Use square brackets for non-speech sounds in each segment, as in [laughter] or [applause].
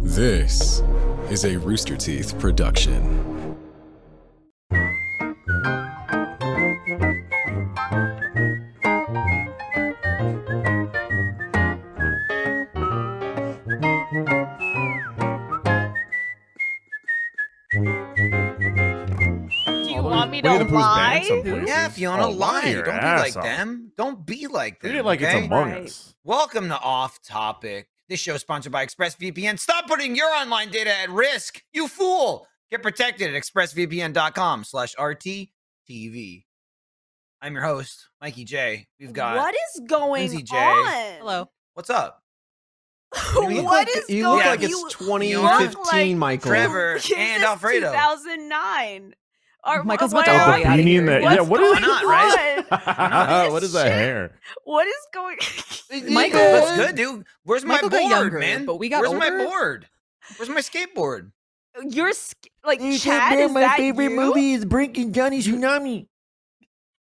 This is a Rooster Teeth production. Do Oh, you want me Winnie to the Pooh's lie? banned some places. Yeah, Fiona, Oh, lie. Don't be your like ass off. them. Don't be like them. Treat it like it's okay? Among Right. Us. Welcome to Off Topic. This show is sponsored by ExpressVPN. Stop putting your online data at risk, you fool. Get protected at expressvpn.com slash RTTV. I'm your host, Mikey J. We've got, what is going Lindsay J. on? Hello. what's up? What You is look like- going you look Yeah, like it's You- [laughs] 2015, look like Michael. [laughs] Trevor This and is Alfredo. 2009. Are, Michael's why about to are Oh, the we beanie here? in the- What's yeah, what is- going Why not, right? [laughs] on? Not what this is that shit. hair? What is going [laughs] Michael- That's good, dude. Where's my Michael got board, younger, man? but we got Where's my older. board? Where's my skateboard? You're sk- like Chad is that you? is Brink and Johnny Tsunami.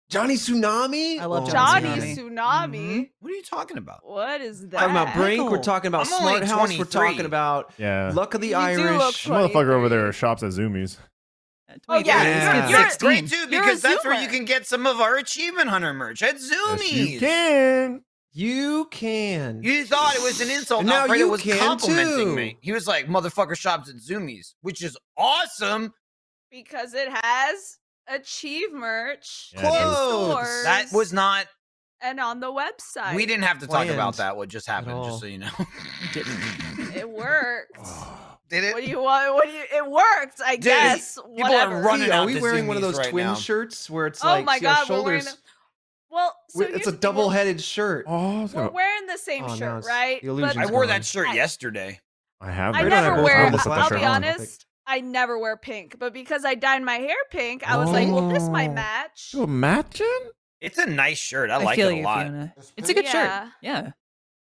Johnny Tsunami? Mm-hmm. I love Johnny Tsunami. Tsunami. What are you talking about? What is that? Talking about Brink, we're Michael. talking about I'm only Smart House, we're 23. talking about Yeah. Luck of the You do look Irish. tw- Motherfucker over there shops at Zoomies. Oh, yeah. Yeah. You're You're- it's great too you're a because that's where you Zoomer. can get some of our achievement hunter merch at Zoomies. you can. You can. You thought it was an insult. And now Alfredo you was can complimenting too. me. He was like, "Motherfucker shops at Zoomies," which is awesome. because it has achieve merch Yeah, it in does. stores Clothes. That was not. and on the website. We didn't have to talk about planned that. What just happened? Just all. so you know, [laughs] It worked. Oh, [laughs] did What do it? you want? What do you? It worked, I Dude, guess. are Whatever. running See, out are we to wearing one of Zoomies those right twin now. shirts where it's Oh like my see, our God, we're wearing shoulders? well, so We're- here's it's a the thing, we're- double headed shirt. Oh, I was We're gonna- wearing the same Oh, no, shirt, it's- right? the illusion's I But It's wore gone. that shirt I- yester's I have. I it. We're not never both wear. gonna put that I'll shirt be on. honest. I never wear pink, but because I dyed my hair pink, I was like, "Well, this might Oh. match." You imagine? It's a nice shirt. I I, like feel it a you, lot. Fiona. It's a good Yeah. shirt. Yeah.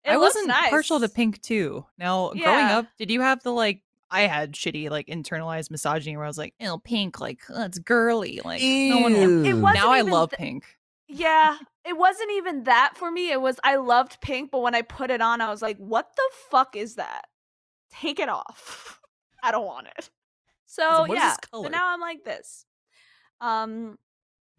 It I looks wasn't partial to nice. pink too. Now, growing Yeah. up, did you have the like? I had shitty like internalized misogyny where I was like, "Oh, pink, like uh, it's girly, like no one." wants-" It wasn't Now I even love th- pink. Yeah, it wasn't even that for me. It was I loved pink, but when I put it on, I was like, "What the fuck is that? Take it off. [laughs] I don't want it." So what is yeah, this color? but now I'm like this. Um,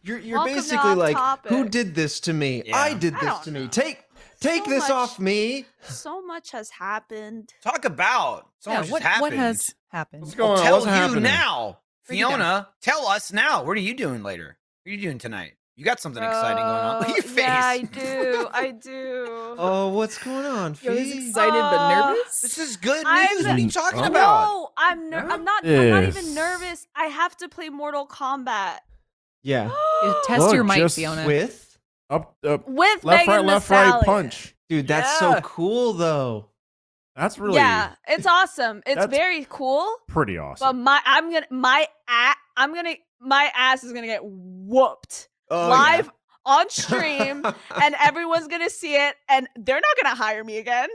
You're, you're Welcome to basically Off like, who Topic. did this to me? Yeah. I did I this don't to know. me. Take take So this much- [laughs] off me. so much has happened. Talk about so yeah, much what has happened. what has happened? What's going on? tell What's you happening? now, Break it down. Fiona. Tell us now. What are you doing later? What are you doing tonight? You got something exciting going on. [laughs] Look Uh, at your face. Yeah, I do. [laughs] I do. Oh, what's going on, Yo, he's Fee? Uh, This is good I'm- news. What are you talking Oh. about? No, I'm ner- I'm not. I'm not even Yes. nervous. I have to play Mortal Kombat. Yeah. [gasps] You test Look, your mic, just Fiona. With? Up, up, with left, Megan right, Thee left, right, Stallion. punch. Dude, that's Yeah. so cool though. That's really Yeah, it's awesome. It's That's- very cool. pretty But awesome. my I'm gonna my a I'm gonna my ass is gonna get whooped Oh, [laughs] live on yeah. [laughs] stream, and everyone's gonna see it, and they're not gonna hire me again.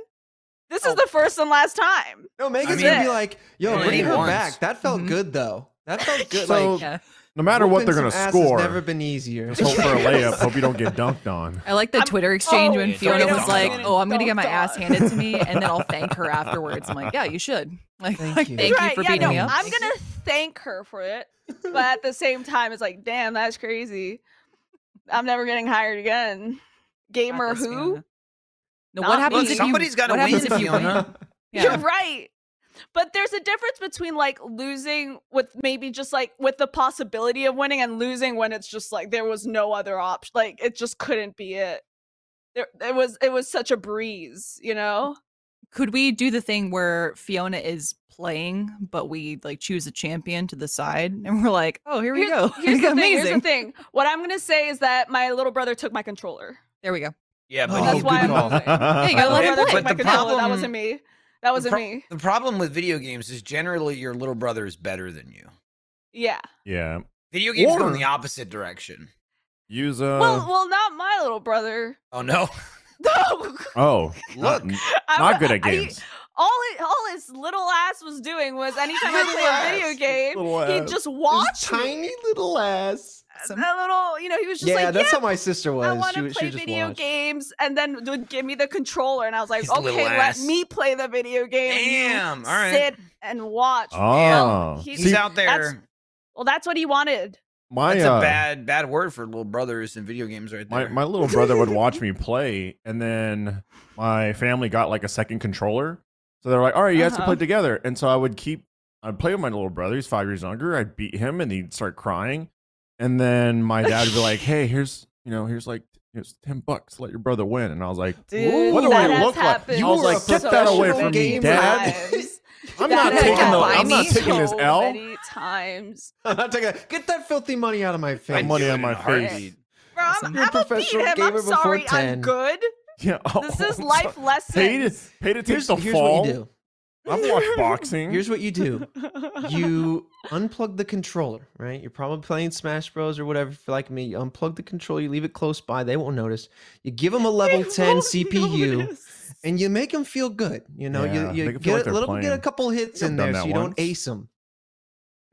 This Oh. is the first and last time. no, Megan's mean- gonna be like, yo, Yeah. bring her Once. back. That felt Mm-hmm. Mhm. good though. That [laughs] felt good. So, like, uh, Yeah, no matter what, whooping they're gonna some ass score. Has never been easier. Just hope for [laughs] a layup. Hope you don't get dunked on. I like the I'm- Twitter exchange oh, when Yeah, don't Fiona get was dunked like, on. "Oh, I'm gonna get my Dunked ass on. handed to me, and then I'll thank [laughs] her afterwards." I'm like, "Yeah, you should." [laughs] Like, Thank like, you. thank right? you for yeah, beating no, me up. I'm gonna thank her for it, [laughs] [laughs] but at the same time, it's like, damn, that's crazy. I'm never getting hired again. Gamer Practice, who? Fiona. No, Not what happens me. if you- Somebody's gotta what happens win, if you win? [laughs] Fiona. You're Yeah. right. But there's a difference between like losing with maybe just like with the possibility of winning and losing when it's just like there was no other option. Like it just couldn't be it. There, it was it was such a breeze, you know. Could we do the thing where Fiona is playing, but we like choose a champion to the side, and we're like, "Oh, here we Here's- [laughs] go." [laughs] Here's the thing. Here's the Amazing. thing. What I'm gonna say is that my little brother took my controller. There we go. Yeah, but Oh, he's That's why good I'm call. losing. Hey, you gotta My let him brother took Oh, play. But my the controller. That problem- wasn't me. That the wasn't pro- me. The problem with video games is generally your little brother is better than you. Yeah. Yeah. Video games go Or- in the opposite direction. Use uh, Uh. a. well, well, not my little [laughs] brother. [laughs] Oh no! No. [laughs] oh, Look, not, I'm not good at I- [laughs] games. all it, all his little ass was doing was anytime I Little play a video ass. game, uh, Little he'd ass. just His watch me. tiny little ass. awesome. a little, you know, he was just yeah, like, that's yeah, how my sister was. I She want to was- she play was just video watched. [laughs] games, and then would give me the controller, and I was like, His little okay, let ass. me play the video game. and you Damn, all right. Sit and watch. Oh, He's He's See, out that's- there. Well, that's what he wanted. my That's uh, a bad, bad word for little brothers in video games, right my [laughs] there. my little brother would watch me play, and then my family got like a second controller, so they're like, "All right, you guys can Uh-huh. play together." And so I would keep, I'd play with my little brother. He's five years younger. I'd beat him, and he'd start crying, and then my dad would be like, "Hey, here's you know, here's like." Here's ten bucks. Let your brother win, and I was like, Dude, "What do that I has look like?" happened I was were a like, "Get that away professional from me, gamer. Dad." Times. That I'm not has taking the. happened I'm not me taking this so L. Many times, I'm not taking that- Get that filthy money out of my face. I'd money do it on my in a heartbeat. face. bro. Listen, I'm, you're a I'm gonna beat professional him. gamer I'm before sorry. 10. I'm good. [laughs] Yeah. This oh, [laughs] is I'm life sorry. Paid lessons. paid attention Here's, to here's fall. what you do. I've watched boxing. Here's what you do. [laughs] [laughs] You unplug the controller, right? You're probably playing Smash Bros or whatever. If you're like me, you unplug the controller, you leave it close by, they won't notice. You give them a [laughs] level 10 CPU, and you make them feel good. You know, Yeah, you, make you 'em feel get like a they're little get a playing. couple hits I've in done there, that so you once. don't ace them.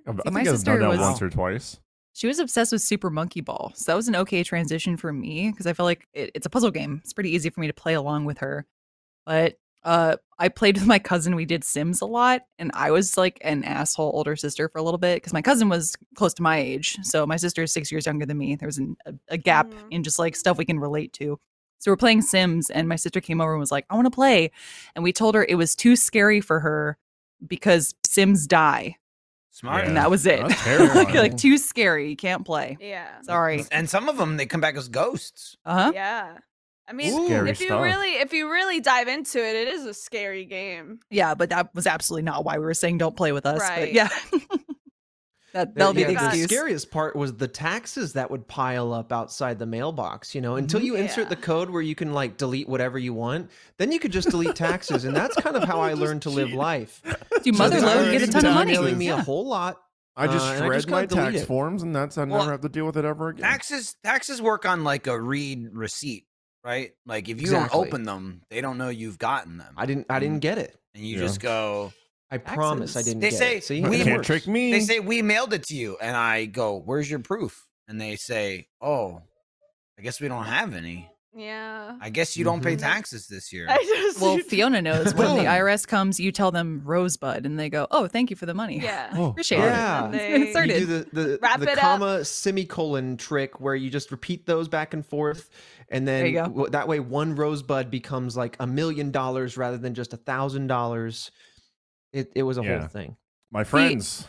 I think my I've done sister that was- once or twice. She was obsessed with Super Monkey Ball. So that was an okay transition for me because I felt like it, it's a puzzle game. It's pretty easy for me to play along with her. But uh, I played with my cousin. We did Sims a lot. And I was like an asshole older sister for a little bit because my cousin was close to my age. So my sister is six years younger than me. There was an, a, a gap Mhm. in just like stuff we can relate to. So we're playing Sims. And my sister came over and was like, I want to play. And we told her it was too scary for her because Sims die. [laughs] Smart. And Yeah. that was it. That's like, terrifying. like, too scary. You can't play. Yeah. Sorry. And some of them, they come back as ghosts. Uh huh. Yeah. I mean, Scary if you stuff. really if you really dive into it, it is a scary game. Yeah, but that was absolutely not why we were saying don't play with us. Right. But yeah. [laughs] that, that'll be yeah, the that's excuse. scariest part was the taxes that would pile up outside the mailbox. You know, until Mhm. you insert the Yeah. code where you can like delete whatever you want, then you could just delete taxes, and that's kind [laughs] of how I Just learned to live cheat. life. Dude, mother Sometimes lode it get a would ton be of money. [laughs] emailing me a Yeah. whole lot. I just Uh, and I shred just my kinda delete tax it. forms, and that's I Well, never have to deal with it ever again. Taxes, taxes work on like a read receipt, right? Like if you Exactly. don't open them, they don't know you've gotten them, I didn't. I didn't get it. and you Yeah. just go. Mm. I promise, I Taxes. didn't. They get say it. See, You we- it can't works. trick me. [sighs] They say we mailed it to you, and I go, "Where's your proof?" And they say, "Oh, I guess we don't have any. Yeah. I guess you don't pay Mhm. taxes this year." [laughs] I just [laughs] Well, Fiona knows when the Boom. IRS comes, you tell them rosebud and they go, oh, thank you for the money. [laughs] Yeah. Oh, Appreciate God. Yeah. it. Let's You get do You started. do the the, Wrap the it up. comma semicolon trick where you just repeat those back and forth, and then There you go. w- that way one rosebud becomes like a million dollars rather than just a thousand dollars. It it was a Yeah. whole thing. My friends.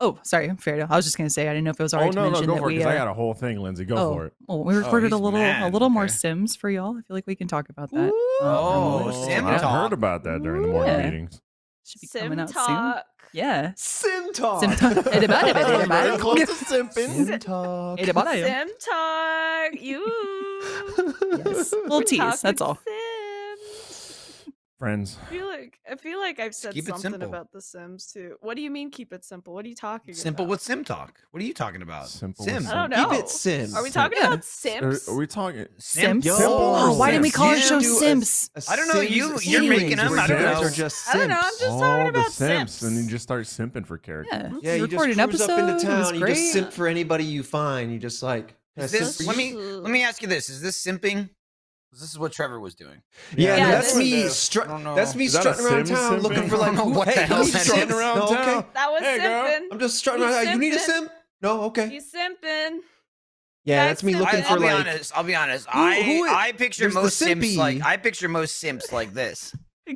oh, sorry. Fair enough. I was just going to say, I didn't know if it was Oh already no, no, mentioned go that for it. we. 'cause I uh, got a whole thing, Lindsay. Go oh, for it. Well, we recorded a he's little a mad. little more Okay. Sims for y'all. I feel like we can talk about that. Oh, Oh, Sim I talk. heard about that during the morning Yeah. meetings. Should be coming Sim out soon. talk. Yeah. Sim talk. Sim talk. It about it, it [laughs] Very about it. close to Sim- simping. talk. It about it. Sim talk. You. [laughs] Yes. [laughs] Little Talk tease. That's with all. Sims. Friends. I feel like I feel like I've said keep it something simple. about the Sims too. What do you mean keep it simple? What are you talking Simple about? with sim talk. What are you talking about? Simple with sim. Sim. I don't know. Keep it Sims. Are we talking Yeah. about Are, Sims? are we talking? Sims. Yo, Oh, why didn't we call our Sims. show Do a- Sims? A I don't know, you- Sims you're making series them, where I don't you guys know. Are just I don't know, I'm Sims. just All talking the about Sims, and you Sims. just start simping for characters. Yeah. Yeah, you just recorded cruise an episode. up into it was town. You great. just simp for anybody you find. You just like Is "Can I this- simp for let you?" me let me ask you this: Is this simping? 'Cause This is what Trevor was doing. Yeah, Yeah, that's, this- me I don't stru- know. that's me Is that a strutting around Sim town simping? [laughs] looking for I like don't know who- what the hey, hell I'm that strutting is. around No, town. okay. That was Hey, girl. simping. I'm just strutting You around. You need a simping. sim? No, okay. You simping. guys Yeah, that's me simping. looking I, for I'll be like honest. I'll be honest. Who- I who i- I picture there's the most simps like simpy. I picture most simps like this. [laughs] [laughs]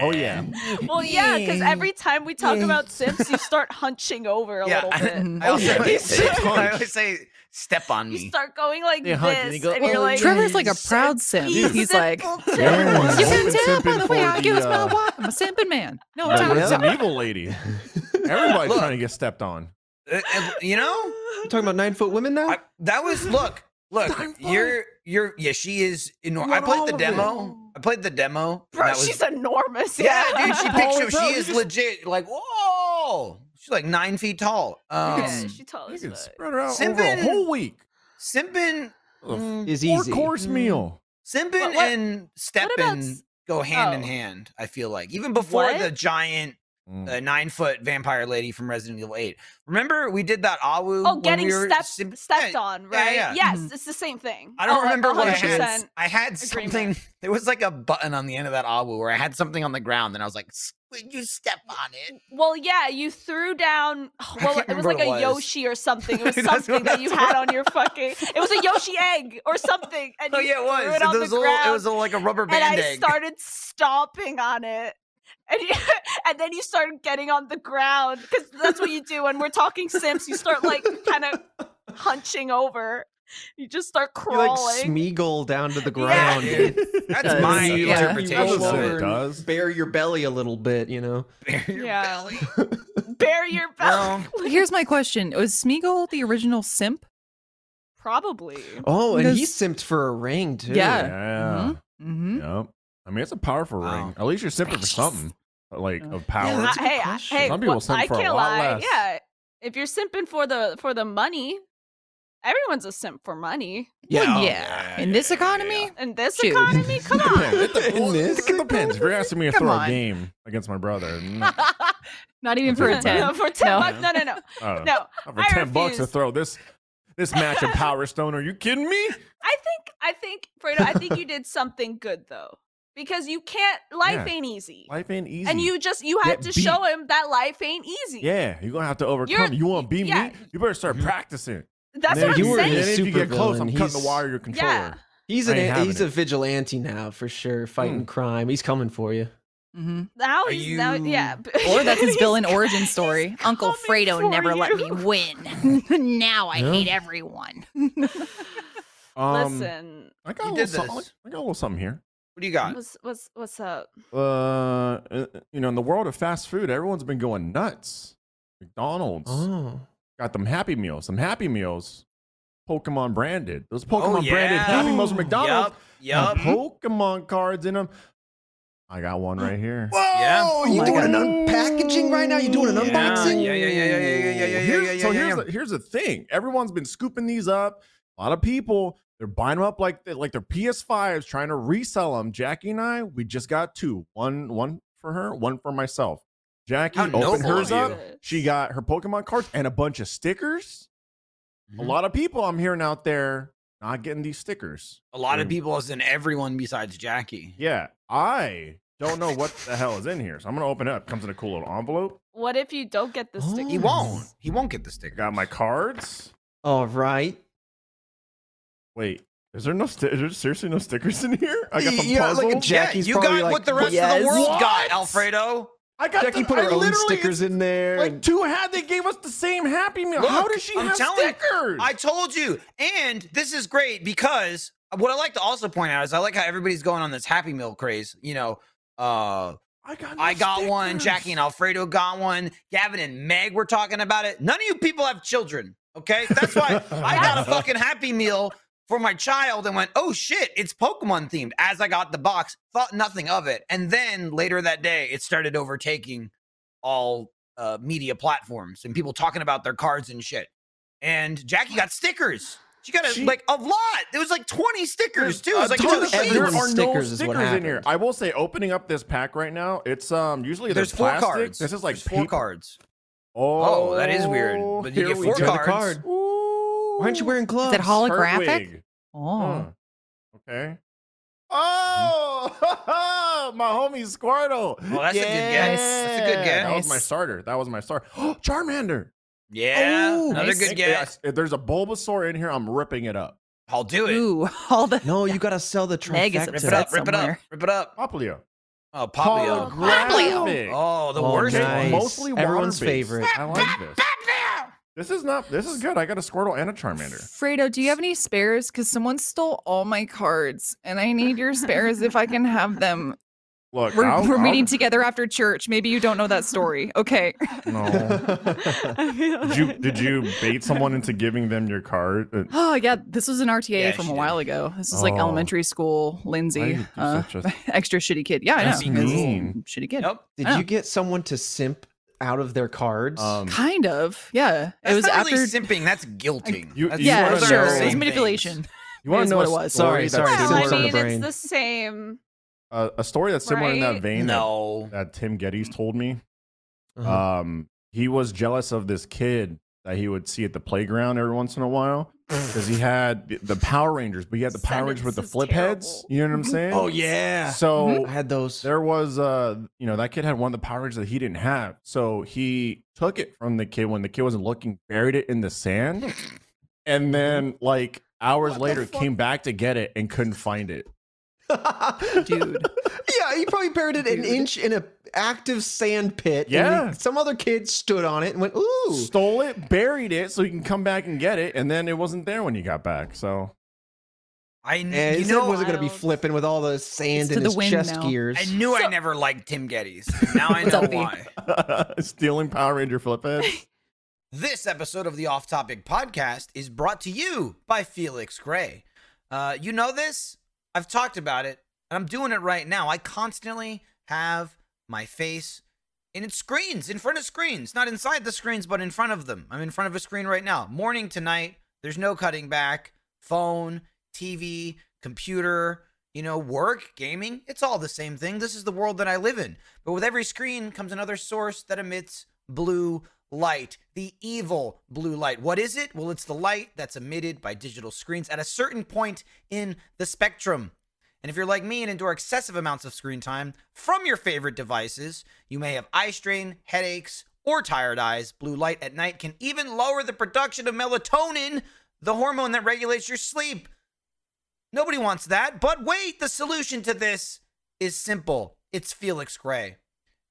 Oh yeah. well, yeah, because every time we talk about Sims, you start hunching over a Yeah, little bit. [laughs] I, also, Oh, yeah. [laughs] I always say, "Step on You me." start going like They this, hunch and and, they go, you're "Oh, like, Trevor's like a Yes. proud simp. "You He's like, simple Yeah. children." you can Open tell by simping the way for I use the, my uh, Oh, wife. I'm a simping man. No, The Oh, I'm Resident not. Evil lady. Everybody's Look. trying to get stepped on. Uh, uh, you know, You're talking about nine foot women now? I, that was look, look. You're you're yeah. She is enormous. I Not all played the of demo. I played the demo. and Bro, that was- Oh, she's enormous. yeah, dude. She picks. picture. She is legit. Like whoa. She's like nine feet tall. Um, yeah, she tall You as can fuck. spread her out over Simping. a whole week. Simpin, mm, is Four easy. course Mm. meal. Simpin What- what- and Steppin about s- go hand in oh. hand. I feel like even before the What? giant Mm. a nine foot vampire lady from Resident Evil 8. Remember, we did that Awu. Oh, when getting we were stepped sim- stepped Yeah, on, yeah, right? yeah. Yes, Mhm. it's the same thing. I don't Oh, remember what I 100%. had. I had agreement. something. [laughs] There was like a button on the end of that Awu where I had something on the ground and I was like, "S- would you step on it? Well, yeah, you threw down. I Well, can't it was remember like what it a was. Yoshi or [laughs] something. It was That's what- something that you that's what- had on your fucking. It was a Yoshi egg or something. And oh, you yeah, it threw was. It, on It the was, a little, ground, it was a, like a rubber and band I egg. started stomping on it. And, you, [laughs] and then you started getting on the ground because that's what you do when we're talking Sims. You start like kind of hunching over. You just start You like crawling. smeagol down to the Yeah. ground. Dude, [laughs] That's And [laughs] [laughs] my you, yeah. like, interpretation roll of That's what it over and does. Bare your belly a little bit, you know. it. Your Yeah. belly. [laughs] Bury your belly. [laughs] [laughs] Here's my question: Was Smeagol the original simp? Probably. Oh, and he Does- simped for a ring too. Yeah. Yeah. Mm-hmm. Yep. I mean, it's a powerful Wow. ring. At least you're simping for Precious. something like Yeah. of Yeah, power. that's I- [laughs] a hey, good I- question. hey, Some people what- simp I for a can't lot lie. less. Yeah, if you're simping for the for the money, everyone's a simp for money Well, Yeah. Oh, yeah. Oh, Yeah, In yeah, this yeah, yeah, economy, in this Dude. economy. [laughs] Come on, Depends. It [laughs] [laughs] In depends. this It depends. If you're asking me to Come throw on. a game against my brother, mm, not [laughs] even for a That's not ten. [laughs] no, for ten No. bucks. No, no, [laughs] no, uh, no. for I ten bucks to refuse. throw this this match of Power Stone. Are you kidding me? I think I think Fredo, I think you did something good though, because you can't. Life Yeah. ain't easy, Life ain't easy. and you just you had Get to show him that life ain't easy. yeah, you're gonna have to overcome. You're- you want to beat yeah. me? You better start practicing. that's And what if I'm you were- a and saying. then if you get close, supervillain, I'm cutting the he's- wire to your controller. Yeah. He's I an ain't having he's a vigilante now for sure, Hmm. fighting crime. He's coming for you. Mm-hmm. Now Are he's now yeah, you- Or that's [laughs] his He's- villain origin [laughs] story. he's Uncle coming Fredo for never let [laughs] me you. win. [laughs] now I Yeah. hate everyone. Um, Listen, I got, a You little did something, this. I got a little something here. What do you got? what's what's what's up? Uh, uh, you know, in the world of fast food, everyone's been going nuts. McDonald's Oh. got them Happy Meals. Some Happy Meals, Pokemon branded. Those Pokemon branded yeah. Happy Meals from McDonald's. Yup. have Pokemon cards in them. I got one right here. Whoa! Oh you my doing an God. unpackaging right now? You doing an Yeah, unboxing? yeah, yeah, yeah, yeah, yeah, yeah, yeah, Here's- yeah, yeah, so yeah, here's yeah. The, here's the thing. Everyone's been scooping these up. A lot of people they're buying them up like they, like their PS5s, trying to resell them. Jackie and I, we just got two. One one for her, one for myself. Jackie How opened noble hers up. of you. She got her Pokemon cards and a bunch of stickers. A Mm-hmm. lot of people I'm hearing out there not getting these stickers. A lot of Mm. people, as in everyone besides Jackie. Yeah, I don't know what the hell is in here. So I'm gonna open it up. Comes in a cool little envelope. What if you don't get the stick? He [laughs] Oh. [laughs] won't. He won't get the sticker. Got my cards. All right. Wait, is there no sti- is there seriously no stickers in here? I got some Yeah, puzzle. look at Jackie's yeah, you probably got like, what the rest of "Yes." the world got, What? Alfredo. I got Jackie the- put I her own literally- stickers in there. Like and- two had they gave us the same Happy Meal. How Look, does she I'm have telling you, stickers? I told you. And this is great because what I like to also point out is I like how everybody's going on this Happy Meal craze. You know, uh, I got, no I got one. stickers. Jackie and Alfredo got one. Gavin and Meg were talking about it. None of you people have children. Okay. That's why I got a fucking Happy Meal for my child and went, oh shit, it's Pokemon themed. As I got the box, thought nothing of it. And then later that day, it started overtaking all uh, media platforms and people talking about their cards and shit. And Jackie got stickers. She got a, She- like a lot. There was like 20 stickers too. It was A like ton two of- sheets. there everyone's are no stickers is what stickers in here. happened. I will say, opening up this pack right now, it's um usually There's there's four plastic. cards. This is like There's four paper- cards. Oh, that is weird, but you here get we four go. Turn the cards. card. Ooh. Why aren't you wearing gloves? that hollow- Holographic? Hertwig. oh, Huh. Mm. Okay. Oh, [laughs] my homie Squirtle. Well, Oh, that's a good guess. That's a good Yeah, That was my guess. starter. That was my starter. Oh, [gasps] Charmander. Yeah. Ooh, another nice. good guess. If there's a Bulbasaur in here, I'm ripping it up. I'll do it. ooh, [laughs] all the No, you gotta sell the Meg is trifecta. Rip upset. it up, that rip it up, somewhere. rip it up. Popplio. Oh, Pablo. Holographic. Oh, the Oh, worst nice. one. Mostly Everyone's water-based. favorite. I like this. This is not. This is good. I got a Squirtle and a Charmander. Fredo, do you have any spares? Because someone stole all my cards, and I need your spares if I can have them. Look, We're, I'll- we're I'll- [laughs] meeting together after church. Maybe you don't know that [laughs] story. Okay. [laughs] No. Did you did you [laughs] bait someone into giving them your card? Uh, Oh yeah, this was an RTA Yeah, from she a did. while ago. This is like Oh. elementary school, Why Lindsay, you do uh, such a- extra shitty kid. Yeah, I know. That's It's mean. Shitty kid. Nope. Did Oh. you get someone to simp out of their cards? um, Kind of. Yeah. That's it was not after. really simping. That's guilting. You- That's- you yeah, wanna those are sure. the It same was things. manipulation. you want to is know a what it was. story Sorry, that's sorry, Well, I Sims on mean, the brain. it's the same. uh, a story that's similar in that Right? vein that, No. that Tim Geddes told me. Uh-huh. Um, he was jealous of this kid that he would see at the playground every once in a [laughs] while because he had the- the Power Rangers, but he had the Power Rangers with the Sentence is flip heads. terrible. You know what I'm saying? oh yeah, Mm-hmm. So I had those. [laughs] there was uh you know that kid had one of the power rangers that he didn't have so he took it from the kid when the kid wasn't looking buried it in the sand [laughs] and then like hours What the later fuck? came back to get it and couldn't find it Dude. Yeah, he probably buried it an Dude. inch in a active sand pit. and Yeah. he- some other kid stood on it and went, "Ooh." stole it buried it so he can come back and get it and then it wasn't there when you got back so [laughs] I kn- And Mm, you his know head wasn't going to be wild. flipping with all the sand to in the his wind chest now. gears. I knew I So- never liked [laughs] Tim Geddes. Now I What's know up, V? why. stealing power ranger flip heads [laughs] This episode of the Off Topic Podcast is brought to you by Felix Gray. Uh, you know this? I've talked about it, and I'm doing it right now. I constantly have my face in its screens, in front of screens, not inside the screens, but in front of them. I'm in front of a screen right now, morning to night. There's no cutting back. Phone, TV, computer, you know, work, gaming, it's all the same thing. This is the world that I live in. But with every screen comes another source that emits blue light, the evil blue light. What is it? Well, it's the light that's emitted by digital screens at a certain point in the spectrum. And if you're like me and endure excessive amounts of screen time from your favorite devices, you may have eye strain, headaches, or tired eyes. Blue light at night can even lower the production of melatonin, the hormone that regulates your sleep. Nobody wants that. But wait, the solution to this is simple it's Felix Gray.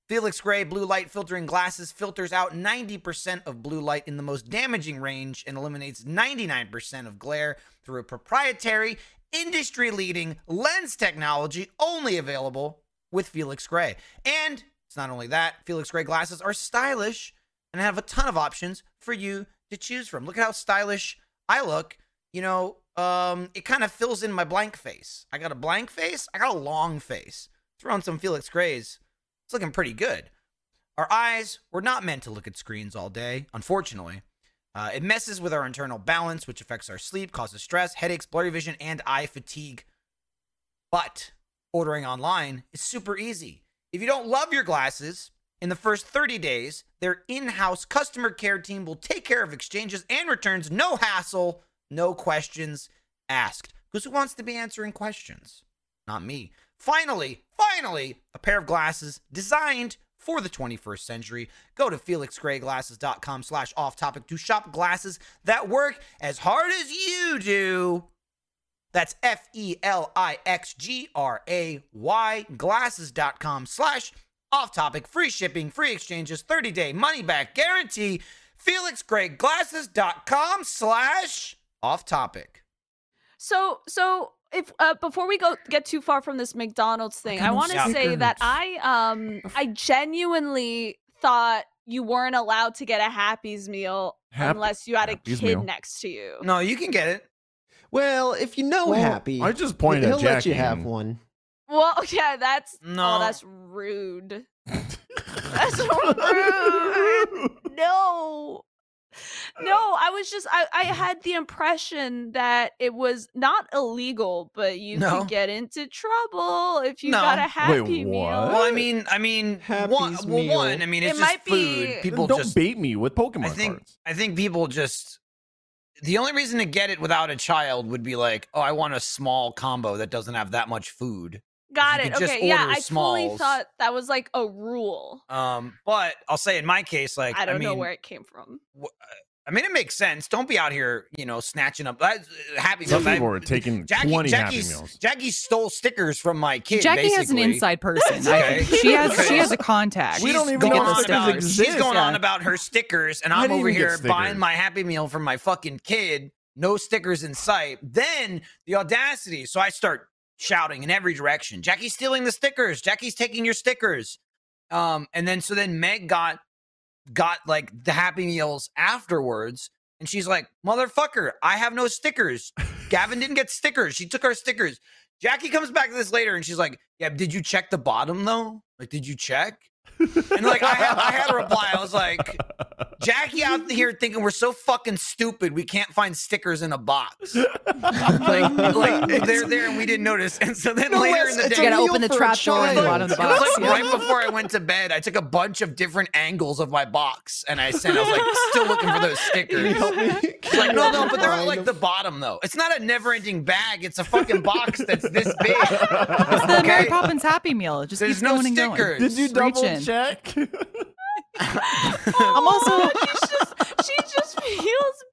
Felix Gray blue light filtering glasses filters out 90% of blue light in the most damaging range and eliminates 99% of glare through a proprietary, industry leading lens technology only available with Felix Gray. And it's not only that, Felix Gray glasses are stylish and have a ton of options for you to choose from. Look at how stylish I look. You know, um, it kind of fills in my blank face. I got a blank face, I got a long face. Throw on some Felix Grays. It's looking pretty good. Our eyes were not meant to look at screens all day, unfortunately. Uh, it messes with our internal balance, which affects our sleep, causes stress, headaches, blurry vision, and eye fatigue. But ordering online is super easy. If you don't love your glasses, in the first 30 days, their in house customer care team will take care of exchanges and returns, no hassle, no questions asked. Because who wants to be answering questions? Not me. Finally, finally, a pair of glasses designed for the 21st century. Go to felixgrayglasses.com slash off topic to shop glasses that work as hard as you do. That's F E L I X G R A Y glasses.com slash off topic, free shipping, free exchanges, 30 day money back guarantee. FelixGrayGlasses.com slash off topic. So so if uh, before we go get too far from this McDonald's Oh, thing, I McDonald's want to say that I um I genuinely thought you weren't allowed to get a Happy's meal Happy- unless you had a Happy's kid meal. next to you. No, you can get it. well, if you know Well, Happy, i just pointed he'll at let Jackie [laughs] you have and- one. Well, [laughs] yeah, that's No. oh, that's rude. That's [laughs] rude. No. No, I was just I, I had the impression that it was not illegal, but you No. could get into trouble if you No. got a happy what? meal. Well, I mean, I mean, one, Happy's well, meal. one. I mean, it's It just might be- food. Then People don't just. bait me with pokemon I think. cards I think people just. The only reason to get it without a child would be like, oh, I want a small combo that doesn't have that much food. Got you it. could just Okay. Yeah, order I fully smalls. thought that was like a rule. Um, but I'll say in my case, like, I don't mean, know where it came from. I mean, it makes sense. Don't be out here, you know, snatching up that happy some meals. I- people are taking Jackie, 20 happy Jackie's- meals Jackie stole stickers from my kid. Jackie has an basically. inside person. Okay. I think. She has she has [laughs] Okay. a contact. We She's don't even going know on if stickers about- exist. She's going Yeah. on about her stickers, and I I'm didn't over even get here buying stickers. my Happy Meal from my fucking kid. No stickers in sight. Then the audacity. So I start shouting in every direction. Jackie's stealing the stickers. Jackie's taking your stickers. Um, and then so then Meg got got like the Happy Meals afterwards, and she's like, "Motherfucker, I have no stickers. Gavin didn't get stickers. She took our stickers." Jackie comes back to this later, and she's like, "Yeah, did you check the bottom though? Like, did you check?" And like I had, I had a reply. I was like, Jackie out here thinking we're so fucking stupid we can't find stickers in a box. [laughs] Like, like they're there and we didn't notice. And so then No, later it's- in the it's day, you gotta wheel open the for a trap door and go child. out of the It was box. like [laughs] [laughs] yeah. right before I went to bed, I took a bunch of different angles of my box and I sent. I was like, still looking for those [laughs] Can you stickers. help me? It's like, no, no, but they're at [laughs] like the bottom though. It's not a never-ending bag. It's a fucking box that's this big. It's the Mary Okay? Poppins Happy Meal. It just There's keeps no going and stickers. going. Did you Just double reach in. check? I'm also Oh, [laughs] She's just, she just [laughs] feels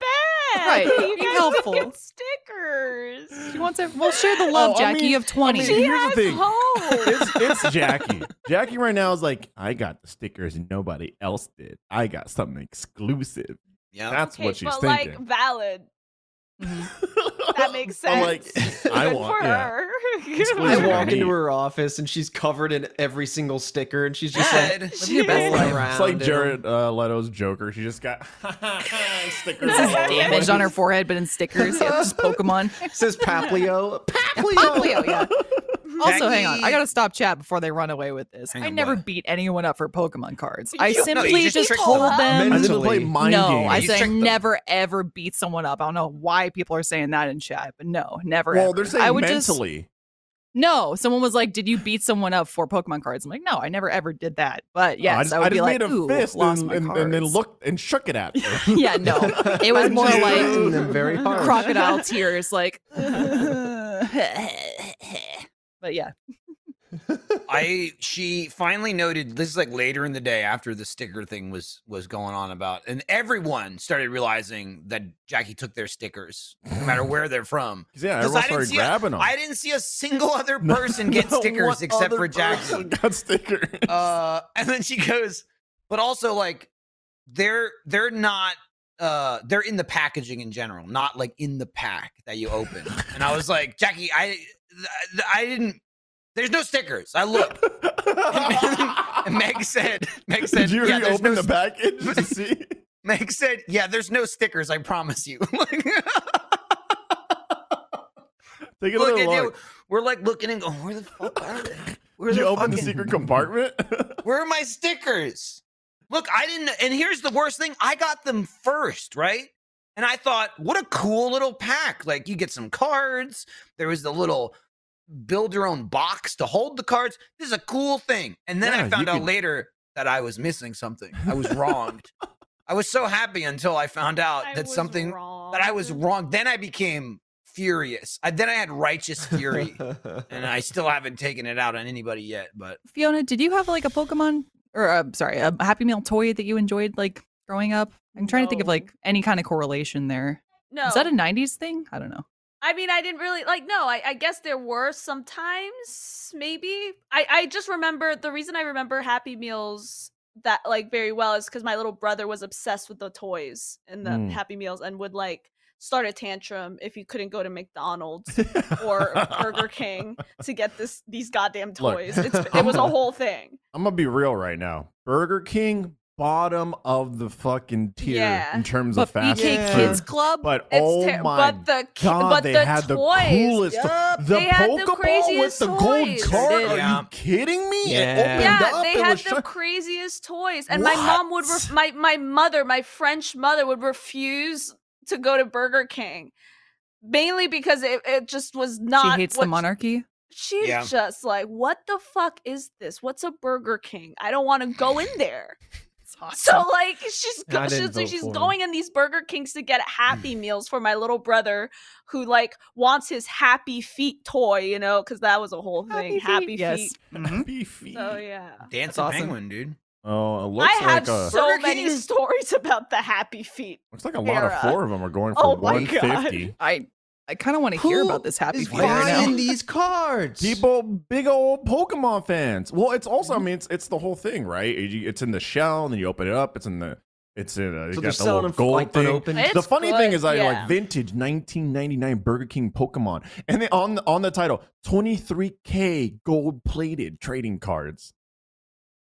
bad. Right, that being You guys helpful. Don't get stickers. she wants [laughs] it. Well, share the love, Oh, I Jackie. mean- you have twenty. I mean, [laughs] She here's the has thing. hope. it's, [laughs] it's Jackie. Jackie right now is like, I got the stickers and nobody else did. I got something exclusive. Yeah. That's what she's but thinking. like [laughs] valid. Mhm. That makes I'm sense. [laughs] like, I Good want. for Yeah. her. [laughs] Exclusive. I Those are walk into neat. her office and she's covered in every single sticker, and she's just like, Good. Living your best rolling life. around. It's like in 'em. Jared uh, Leto's Joker. She just got [laughs] stickers. It says [laughs] all over the damaged place. on her forehead, but in stickers. Yeah, just [laughs] Pokemon. It says Paplio. Paplio. Popplio, Oh, yeah. Also, hang on. Jackie. I gotta stop chat before they run away with this. Hang I on, never what? beat anyone up for Pokemon cards. I You- No, you simply just just tricked told them. I them. didn't play Mentally. mind no, games. I You said I tricked them. never ever beat someone up. I don't know why people are saying that in chat, but no, never. well, ever. they're saying I would just- mentally. No, someone was like, "Did you beat someone up for Pokemon cards?" I'm like, "No, I never ever did that." But yes, I, just- would just be like, made a "Ooh, fist lost and, my and, cards." and then looked and shook it at her. [laughs] yeah, [laughs] no, it was [laughs] I'm more just [laughs] like hitting them very Oh, [laughs] hard. crocodile tears, like. [laughs] but yeah, I she finally noted this is like later in the day after the sticker thing was was going on about and everyone started realizing that Jackie took their stickers [laughs] no matter where they're from. 'Cause, yeah, 'Cause everyone I didn't started see a- grabbing them. I didn't see a single other [laughs] No- person get no stickers one except other for person Jackie. [laughs] Got stickers. [laughs] [laughs] Uh and then she goes, but also like they're they're not uh they're in the packaging in general, not like in the pack that you open. and I was like, Jackie, I th- I didn't there's no stickers. I looked. And [laughs] Meg said, Meg said, Did you yeah, there's reopen the no st- package to [laughs] see? Meg said, yeah, there's no stickers. I promise you. [laughs] Like, Take look another at you. look. We're like looking and going, where the fuck are they? Where Did you the open the fucking- secret compartment? [laughs] Where are my stickers? Look, I didn't. And here's the worst thing: I got them first, right? And I thought, what a cool little pack! Like you get some cards. There was the little build your own box to hold the cards. This is a cool thing. And then Yeah, I you found out could- later that I was missing something. [laughs] I was wronged. I was so happy until I found out I that was something wrong. that I was wrong. Then I became furious. I, then I [laughs] had righteous [laughs] fury, and I still haven't taken it out on anybody yet. But Fiona, did you have like a Pokemon or uh, sorry, a Happy Meal toy that you enjoyed like growing up? I'm trying to think of No. like any kind of correlation there. No, Is that a '90s thing? I don't know. I mean, I didn't really like. No, I, I guess there were sometimes, maybe. I, I just remember the reason I remember Happy Meals that like very well is because my little brother was obsessed with the toys and the Mm. Happy Meals and would like start a tantrum if you couldn't go to [laughs] McDonald's or Burger King to get this these goddamn Look, toys. [laughs] It's, it was a I'm- whole thing. I'm gonna be real right now. Burger King, bottom of the fucking tier Yeah. in terms But of fast BK food. Kids Club. But It's oh ter- my but the ki- god, but they the had the toys. coolest. Yup, The they had the Pokeball with craziest the gold toys. card. They Are did. Yeah. you kidding me? Yeah. It opened yeah, up. they it had was the shut- craziest toys, and my What? mom would ref- my my mother, my French mother, would refuse to go to Burger King, mainly because it, it just was not. she hates what the monarchy. She's Yeah. just like, what the fuck is this? What's a Burger King? I don't want to go in there. It's awesome. So like she's I go- didn't she's, like, vote she's for him. going in these Burger Kings to get Happy Meals for my little brother who like wants his Happy Feet toy, you know, because that was a whole thing. Happy Feet. Yes. [laughs] Mhm. Beefy. So yeah. Dancing awesome. Penguin, dude. E. Oh, it I looks like have a so Burger many [laughs] King- stories about the happy feet. looks like a lot of Sarah. four of them are going for Oh my 150. I I kind of want to hear about this happy is feet right buying now. these cards? People, big old Pokemon fans. Well, it's also, I Mm-hmm. mean, it's it's the whole thing, right? You- It's in the shell, and then you open it up. It's in the, it's in. A, you so got they're the selling little them for gold like thing. unopened. It's the funny thing good, is, I yeah. like vintage 1999 Burger King Pokemon, and then on the, on the title, 23k gold plated trading [laughs] cards.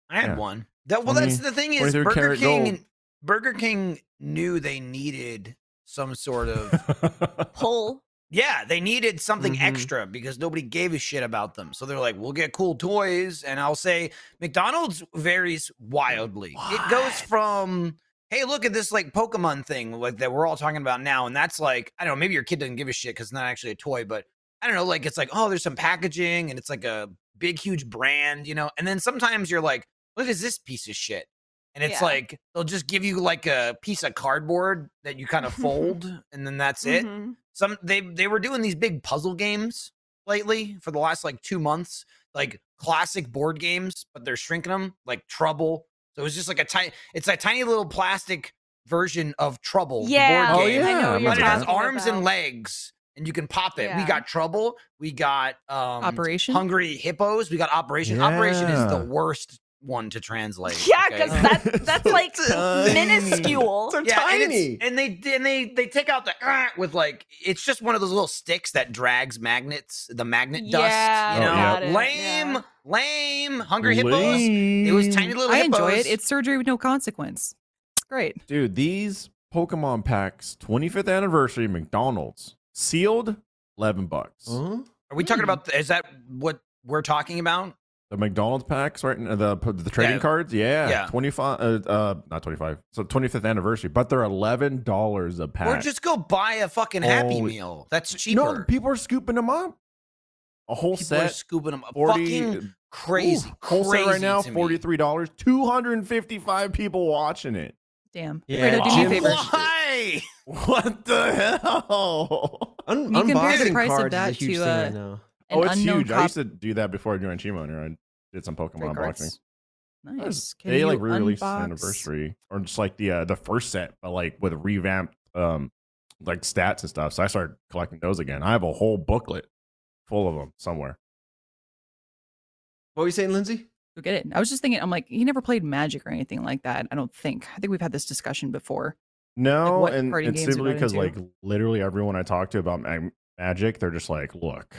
I had Yeah. one. That well, that's the thing is 23 Burger karat King. gold. Burger King knew they needed some sort of Pull. yeah, they needed something Mhm. extra because nobody gave a shit about them. So they're like, we'll get cool toys, and I'll say McDonald's varies wildly. It goes What? from hey, look at this like Pokemon thing like that we're all talking about now. And that's like, I don't know, maybe your kid doesn't give a shit because it's not actually a toy, but I don't know, like it's like, oh, there's some packaging and it's like a big, huge brand, you know? And then sometimes you're like, what is this piece of shit? And it's Yeah. like they'll just give you like a piece of cardboard that you kind of fold and then that's it Mhm. some they they were doing these big puzzle games lately for the last like two months, like classic board games, but they're shrinking them like Trouble. So it's just like a tiny, it's a tiny little plastic version of Trouble. the Yeah, board Oh, game, I yeah, know what I'm you're but it has talking arms and about. legs, and you can pop it. We Yeah. got Trouble. We got um, Operation? Hungry Hippos. We got Operation. Operation is the Yeah. worst one to translate. [laughs] Yeah, okay? because that [laughs] that's like Tiny. minuscule. [laughs] So And, tiny. it's- and they and they they take out the "Ah" with like it's just one of those little sticks that drags magnets, the magnet Yeah, dust. You Oh, know, got it, lame, yeah. lame, hungry hippos. It was tiny little. I hippos. enjoy it. It's surgery with no consequence. It's great. Dude, these Pokemon packs, 25th anniversary McDonald's, sealed, 11 bucks. Huh? Are we talking about? Is that what we're talking about? The McDonald's packs, right? now, The the trading Yeah. cards, yeah, Yeah. 25, uh, uh, not 25, so 25th anniversary, but they're 11 dollars a pack. Or just go buy a fucking Oh, Happy Meal. That's cheaper. no, people are scooping them up. A whole People are set, scooping them up. 40 fucking crazy, Ooh, whole set crazy right now, to me. forty three dollars, two hundred and fifty five people watching it. [laughs] Damn. Yeah. Fredo, do me a Wow. favor. Why? What the hell? Un- You compare unboxing the price of cards that is a huge to, thing uh, right now. An oh, it's unknown huge. I cop- used to do that before I joined Chimo Owner. I did some Trade Pokemon unboxing. cards. Nice. Can they you like re-released the unbox- anniversary or just like the uh, the first set, but like with revamped um like stats and stuff. So I started collecting those again. I have a whole booklet full of them somewhere. What were you saying, [laughs] Lindsay? Go get it. I was just thinking, I'm like, he never played Magic or anything like that. I don't think. I think we've had this discussion before. No, what and, party and games you simply got because like into? literally everyone I talk to about mag- magic, they're just like, look,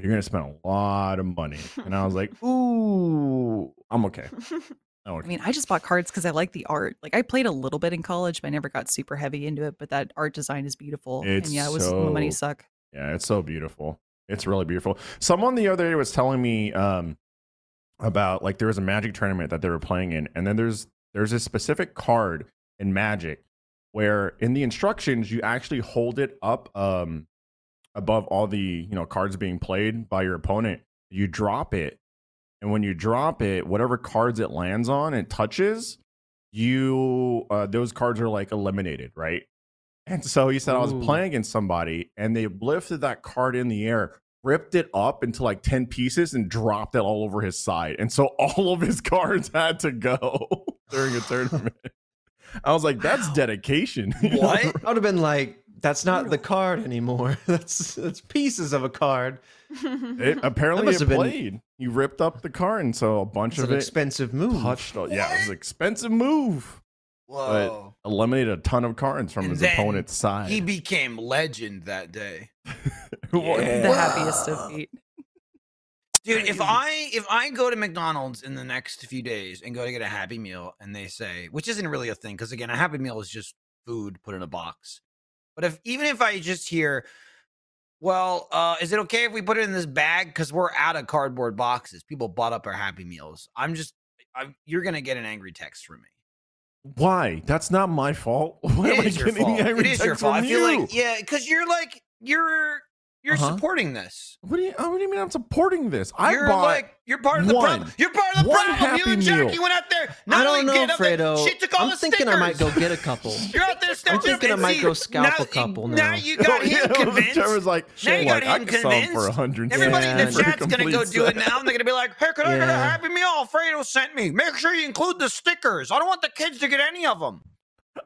you're gonna spend a lot of money, and I was [laughs] like, ooh, I'm okay. I'm I okay. mean, I just bought cards because I like the art. Like, I played a little bit in college, but I never got super heavy into it. But that art design is beautiful. It's and yeah, it was my money so suck. [laughs] Yeah, it's so beautiful. It's really beautiful. Someone the other day was telling me um about like there was a magic tournament that they were playing in, and then there's there's a specific card in magic where in the instructions you actually hold it up um above all the you know cards being played by your opponent. You drop it, and when you drop it, whatever cards it lands on and touches, you uh, those cards are like eliminated, right? And so he said I was Ooh. playing against somebody, and they lifted that card in the air, ripped it up into like ten pieces, and dropped it all over his side. And so [laughs] all of his cards had to go [laughs] during a tournament. I was like, "That's Wow. dedication." You know? [laughs] What? I would have been like, that's not the card anymore. [laughs] that's that's pieces of a card. [laughs] [laughs] It, apparently, must it have been- played. He ripped up the card, and so a bunch It's of an it expensive move. touched. Yeah, it was an expensive move. Whoa. eliminated a ton of cards from And his then opponent's side. He became legend that day. [laughs] What? The happiest of feet. Dude, if I if I go to McDonald's in the next few days and go to get a Happy Meal and they say, which isn't really a thing, because again, a Happy Meal is just food put in a box. But if even if I just hear, well, uh, is it okay if we put it in this bag because we're out of cardboard boxes? People bought up our Happy Meals. I'm just, I'm, you're gonna get an angry text from me. Why? That's not my fault. [laughs] Why am It I is your getting fault. the angry It is your text fault. I from feel you? like yeah, because you're like you're you're Uh-huh. supporting this. What do you? oh, What do you mean? I'm supporting this. I you're bought. [laughs] like you're part of the problem. one- You're part of the one problem. You Happy and Jackie Meal. went out there. Not I don't only know, get up there, Fredo. she took all I'm the thinking I might go stickers. get [laughs] a couple. You're out there. snatching up thinking I and might see, go scalp now, a couple Now now. [laughs] you got him convinced. Trevor's like, Now you like, got I him can sell 'em for convinced. 100 Everybody in Yeah. the chat's gonna go do [laughs] it now, and they're gonna be like, "Hey, can I get a Yeah. Happy Meal? Alfredo sent me. Make sure you include the stickers. I don't want the kids to get any of them."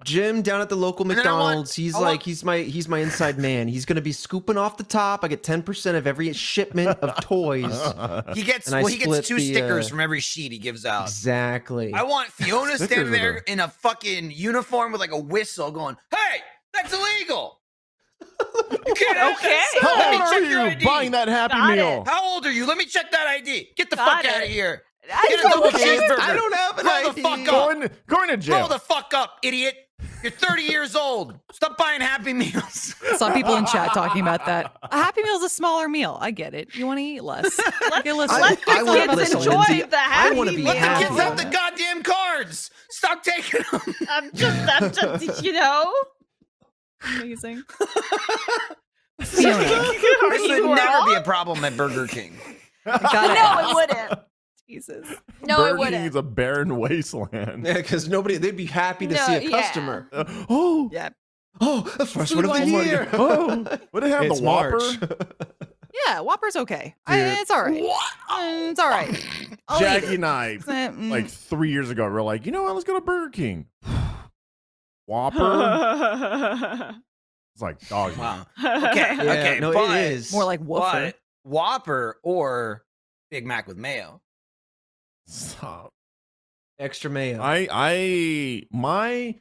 Jim down at the local then I want- McDonald's. he's I like, want- he's my he's my inside man. He's gonna be scooping off the top. I get ten percent of every shipment of toys. [laughs] He gets And I well. He split gets two the, stickers uh, from every sheet he gives out. exactly. I want Fiona Stickers standing with there her. in a fucking uniform with like a whistle going, hey, that's illegal. You can't have that. Okay. How [laughs] Let me old check are your you ID. buying that Happy Got it. Meal? How old are you? Let me check that ID. Get the Got fuck out of it. here. I Get a don't double care. cheeseburger. I don't have an Grow the ID. fuck up. Going, going to jail. Grow the fuck up, idiot. You're 30 years old. Stop buying Happy Meals. Saw people in chat talking about that. A happy meal is a smaller meal. I get it. You want to eat less. Okay, listen. Let the I wanna- kids listen, enjoy Lindsay, the I wanna happy be Let Yeah. the kids have the Yeah. goddamn cards. Stop taking them. I'm just, I'm just, you know. [laughs] Amazing. Fiona. This Are would you never be a wrong? problem at Burger King. Gotta [laughs] No, it ask. wouldn't. Jesus. No, Burger it King is wouldn't. a barren [laughs] wasteland. Yeah, because nobody, they'd be happy to No, see a yeah. customer. Uh, oh, Yeah. Oh, the first food one of the line. [laughs] [laughs] year. Oh, [laughs] what did it have? It's the Whopper? March. Yeah, Whopper's okay. I, Dude. it's all right. Mm, It's all right. I'll eat Jackie it. and I, Oh, It's not- [laughs] mm. like three years ago, we were like, you know what? Let's go to Burger King. [sighs] [laughs] Whopper. it's like dog. [laughs] Wow. Okay. Yeah, okay. no, but, it is more like woofer. but Whopper or Big Mac with mayo. Stop. extra mayo. I I my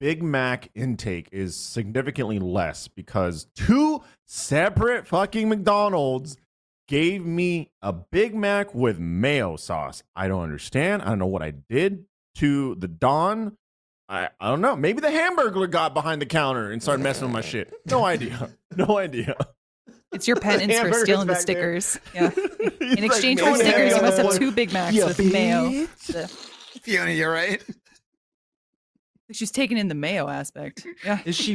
Big Mac intake is significantly less because two separate fucking McDonald's gave me a Big Mac with mayo sauce. I don't understand. I don't know what I did to the Don. I, I don't know. Maybe the hamburger got behind the counter and started messing with my shit. No idea. [laughs] No idea. It's your penance for Hamburgers stealing the back there. stickers. [laughs] Yeah. In exchange "No, for no, stickers, you no, must have no, two Big Macs you with mayo. Fiona, you're right. She's taking in the mayo aspect. Yeah. Is she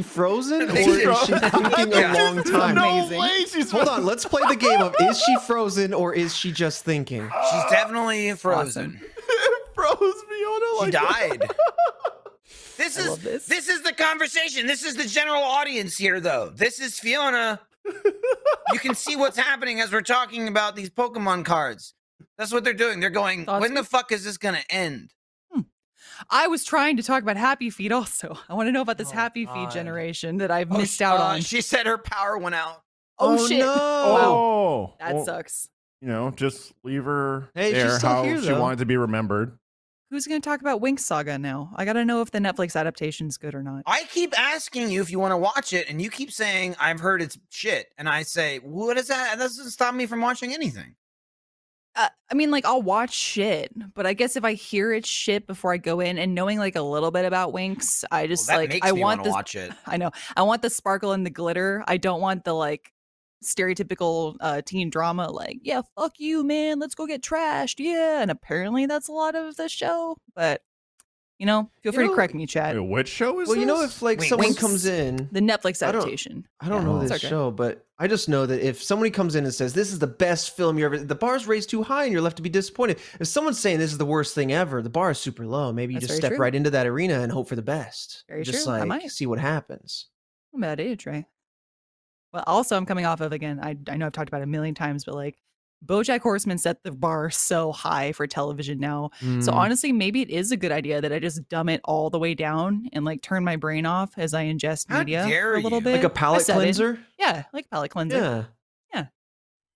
[laughs] frozen [laughs] or She's is she frozen. thinking a Yeah. [laughs] [laughs] long time? No [laughs] Amazing. way she's Hold on, let's play the game of is she frozen or is she just thinking? She's definitely frozen. [laughs] froze Fiona [laughs] She like died. This is love this. this. is the conversation. This is the general audience here, though. This is Fiona. you can see what's happening as we're talking about these Pokemon cards. That's what they're doing. They're going, Thoughts? when the fuck is this gonna end? I was trying to talk about Happy Feet also. I want to know about this Oh, Happy God. Feet generation that I've Oh, missed sh- out uh, on. She said her power went out. Oh, shit. No. Oh, That well, sucks. You know, just leave her Hey, she's there still how here, she though. wanted to be remembered. Who's going to talk about Wink Saga now? I got to know if the Netflix adaptation's good or not. I keep asking you if you want to watch it, and you keep saying I've heard it's shit. And I say, what is that? That doesn't stop me from watching anything. Uh, I mean, like, I'll watch shit, but I guess if I hear it's shit before I go in and knowing like a little bit about Winks, I Well, just that like, makes I me want to this. watch it. I know. I want the sparkle and the glitter. I don't want the like stereotypical uh, teen drama, like, yeah, fuck you, man. Let's go get trashed. Yeah. And apparently that's a lot of the show. But, you know, feel You free know, to correct me, Chad. Wait, which show is Well, you know this? if like Wait, someone Winx. comes in, The Netflix I don't- adaptation. I don't know Yeah. this It's okay. show, but I just know that if somebody comes in and says this is the best film you ever, the bar's raised too high and you're left to be disappointed. If someone's saying this is the worst thing ever, the bar is super low. Maybe you That's just very step true. right into that arena and hope for the best. Very just true. I like might. see what happens. I'm at that age, right? Well, also, I'm coming off of again. I I know I've talked about it a million times, but like, BoJack Horseman set the bar so high for television now. Hmm. So Mm-hmm. honestly, maybe it is a good idea that I just dumb it all the way down and like turn my brain off as I ingest How media dare for a little you. bit. like a I palate said it. cleanser. Yeah, like a palate cleanser. Yeah.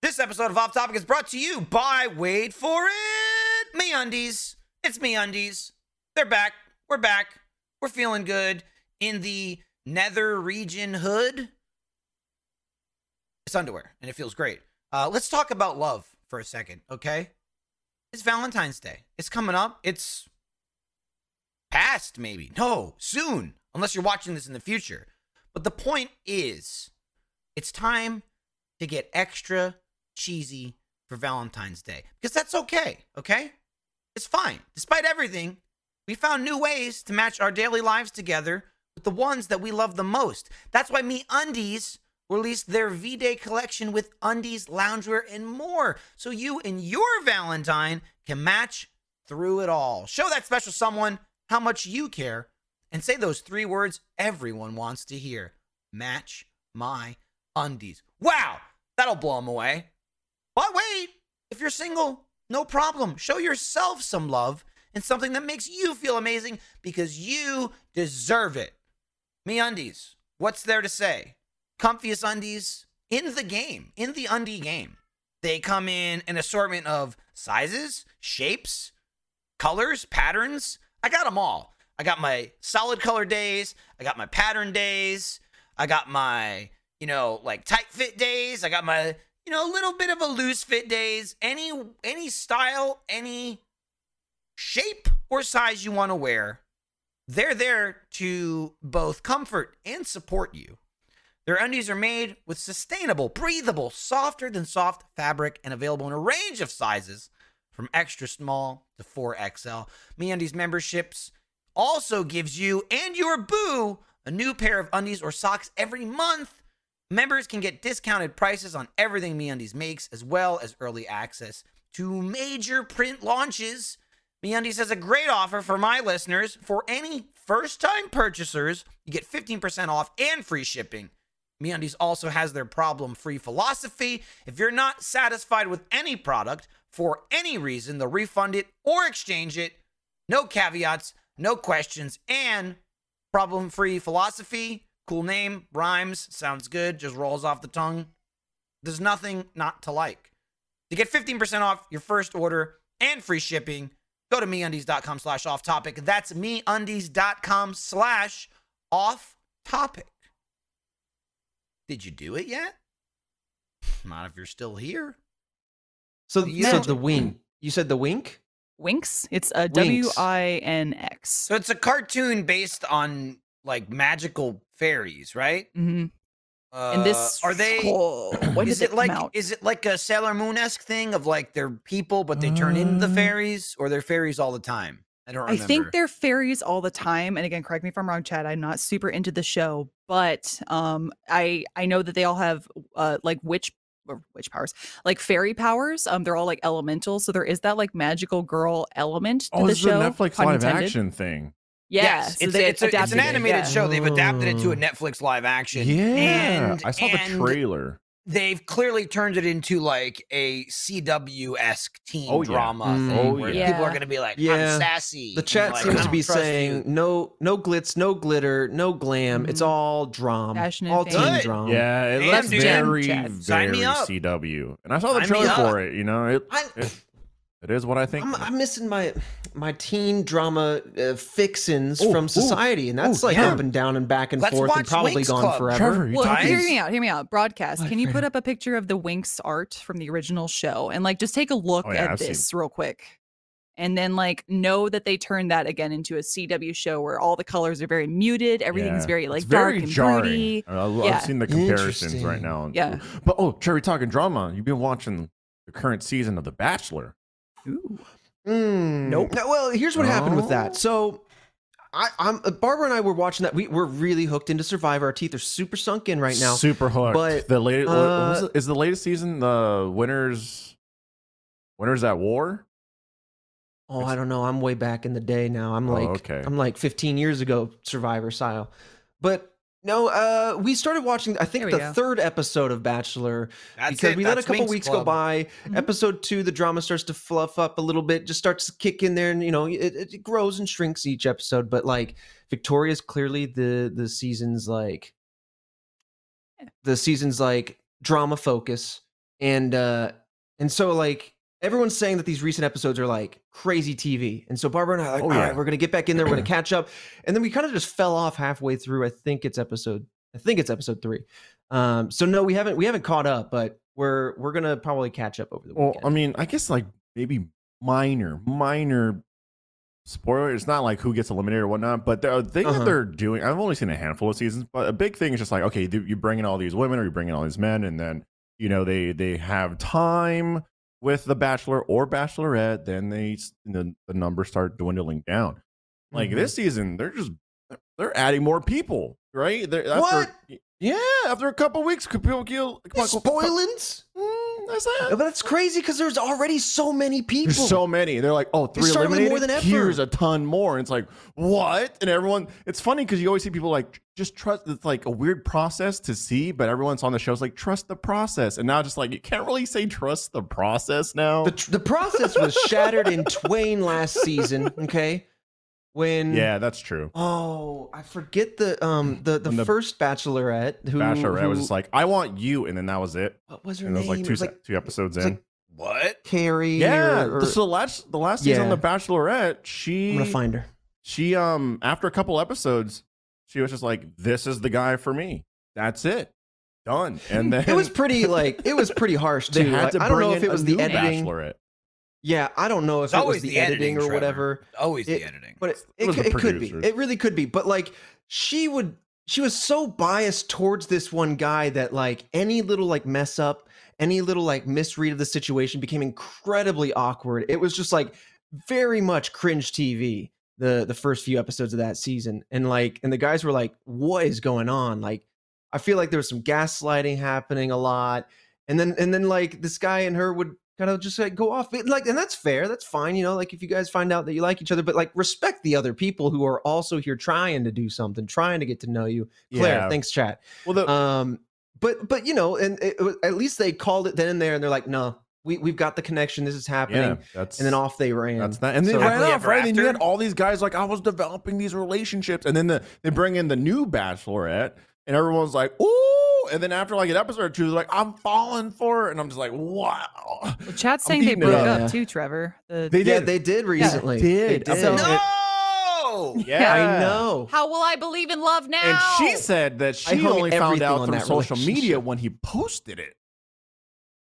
This episode of Off Topic is brought to you by Wait For It, Me Undies. It's Me Undies. They're back. We're back. We're feeling good in the nether region hood. It's underwear and it feels great. Uh, let's talk about love for a second, okay? It's Valentine's Day. It's coming up. It's past, maybe. No, soon, unless you're watching this in the future. But the point is, it's time to get extra cheesy for Valentine's Day because that's okay, okay? It's fine. Despite everything, we found new ways to match our daily lives together with the ones that we love the most. That's why Me Undies released their V Day collection with undies, loungewear, and more. So you and your Valentine can match through it all. Show that special someone how much you care and say those three words everyone wants to hear match my undies. Wow, that'll blow them away. But wait, if you're single, no problem. Show yourself some love and something that makes you feel amazing because you deserve it. Me undies, what's there to say? Comfiest undies in the game, in the undie game. They come in an assortment of sizes, shapes, colors, patterns. I got them all. I got my solid color days. I got my pattern days. I got my, you know, like tight fit days. I got my, you know, a little bit of a loose fit days. Any any style, any shape or size you want to wear, they're there to both comfort and support you. Their undies are made with sustainable, breathable, softer than soft fabric and available in a range of sizes from extra small to 4XL. MeUndies memberships also gives you and your boo a new pair of undies or socks every month. Members can get discounted prices on everything MeUndies makes as well as early access to major print launches. MeUndies has a great offer for my listeners. For any first-time purchasers, you get 15% off and free shipping. MeUndies also has their problem-free philosophy. If you're not satisfied with any product for any reason, they'll refund it or exchange it. No caveats, no questions, and problem-free philosophy. Cool name, rhymes, sounds good, just rolls off the tongue. There's nothing not to like. To get 15% off your first order and free shipping, go to meundies.com slash off topic. That's meundies.com slash off topic. Did you do it yet? [laughs] Not if you're still here. So, You so don't- the wing. You said the wink? Winx. It's a Winx. W I N X. So it's a cartoon based on like magical fairies, right? Mhm. Uh, And this are they? [clears throat] Oh, when is did it come like out? is it like a Sailor Moon esque thing of like they're people but they turn into Mm. the Uh, fairies or they're fairies all the time? I don't I remember. think they're fairies all the time. And again, correct me if I'm wrong, Chad. I'm not super into the show, but um, I I know that they all have uh like witch or witch powers, like fairy powers. Um, they're all like elemental, so there is that like magical girl element to Oh, the this show. is a Netflix pun live intended. action thing. Yeah, so it's, they a, it's, a- it's adapted an it, animated yeah. show. They've adapted it to a Mm. Netflix live action. Yeah, and- I saw the and- trailer. They've clearly turned it into like a CW esque teen Oh, yeah. drama Mm. thing Oh, where yeah. people are Yeah. going to be like, Yeah. "I'm sassy." The and chat like, "Oh, "I seems to don't be trust you." saying no, no glitz, no glitter, no glam. It's Mhm. all drama, Fashion and all fame. teen Good. drama. yeah, it Damn, looks dude. very, Chad. very Sign me up. CW. And I saw the Sign me trailer up. for it. You know, it, I- it, it is what I think. I'm, it is. I'm missing my my teen drama uh, fixins Ooh, ooh, from society, and that's ooh, like yeah. up and down and back and Let's forth, and watch probably Winx gone Club. forever. Trevor, you Well, died. Guys? hear me out. Hear me out. Broadcast. What Can you for? put up a picture of the Winx art from the original show and like just take a look Oh, yeah, at I've seen- this real quick, and then like know that they turned that again into a CW show where all the colors are very muted, everything's Yeah. very It's like very dark and jarring. broody. I- I've Yeah. seen the comparisons right Interesting. now. Yeah. But oh, Trevor, talking drama. You've been watching the current season of The Bachelor. Ooh. Mm. Nope. No, well, here's what happened with No? Oh. that. So, I, I'm uh, Barbara and I were watching that. We we're really hooked into Survivor. Our teeth are super sunk in right now. super hooked. but, the latest uh, is the latest season the winners. Winners at war. oh, I don't know. I'm way back in the day now. I'm Oh, like, okay. I'm like 15 years ago Survivor style. But no, uh, we started watching. I think There we the go. third episode of Bachelor. That's because it, we let a that's couple Winx weeks go Club. by. Mhm. Episode two, the drama starts to fluff up a little bit, just starts to kick in there, and you know it, it grows and shrinks each episode. But like Victoria's clearly the the season's like the season's like drama focus, and uh and so like everyone's saying that these recent episodes are like crazy TV, and so Barbara and I are like, Oh, all yeah. right, we're gonna get back in there, [clears throat] we're gonna catch up, and then we kind of just fell off halfway through. I think it's episode I think it's episode three. Um, so no, we haven't we haven't caught up, but we're we're gonna probably catch up over the Well, weekend. I mean, I guess like maybe minor, minor spoiler. It's not like who gets eliminated or whatnot, but the thing Uh-huh. that they're doing, I've only seen a handful of seasons, but a big thing is just like, okay, you bring in all these women or you bring in all these men, and then you know they they have time with the bachelor or bachelorette, then they s- the, the numbers start dwindling down. Like Mhm. this season, they're just they're adding more people, right? They're, after, What? Yeah, after a couple weeks, people kill. spoilings. Mm, that's not- But that's crazy because there's already so many people. there's so many. They're like, oh, three started with eliminated. more than ever. Here's a ton more. And it's like, what? And everyone, it's funny because you always see people like just trust. It's like a weird process to see, but everyone's on the show's like trust the process. And now just like you can't really say trust the process now. the tr- the process was shattered in twain last season. Okay, when yeah, that's true. Oh, I forget the um the the, When the first Bachelorette who Bachelorette who, was just like, I want you, and then that was it. what was her And it name? was like two it was like se- two episodes it in. was like- What? Carrie. yeah, or- or- so the last the last season on Yeah. the Bachelorette, she I'm gonna [laughs] find her. she um after a couple episodes she was just like this is the guy for me that's it done and then [laughs] It was pretty like it was pretty harsh too. they had Like, to I don't bring know in if it was a the new editing. bachelorette Yeah, I don't know if It's it was always the, the editing, editing, or Trevor. whatever, Always It- Oh, the editing. but it, It it, was c- the it could be. producers. It really could be. But like, she would. She was so biased towards this one guy that like any little like mess up, any little like misread of the situation became incredibly awkward. It was just like very much cringe TV. The the first few episodes of that season, and like, and the guys were like, "What is going on?" Like, I feel like there was some gaslighting happening a lot and then and then like this guy and her would kind of just like go off It- like and that's fair that's fine you know like if you guys find out that you like each other but like respect the other people who are also here trying to do something trying to get to know you claire Yeah. thanks chat Well, the, um but but you know and it, it was- at least they called it then and there and they're like no we, we've got the connection this is happening yeah, that's and then off they ran That's not, and then So- right Happily off, ever right? And you had after? all these guys like, "Oh, I was developing these relationships, and then the, they bring in the new bachelorette, and everyone's like, ooh, and then after like an episode or two, they're like, I'm falling for it, and I'm just like, wow, Well, Chat's I'm saying they eating it broke up. up too, Trevor. The, they yeah did, they did recently They did. I'm did. like, So- no. [laughs] yeah, i know How will I believe in love now? And she said that I she hung only found everything out on through that social media relationship. when he posted it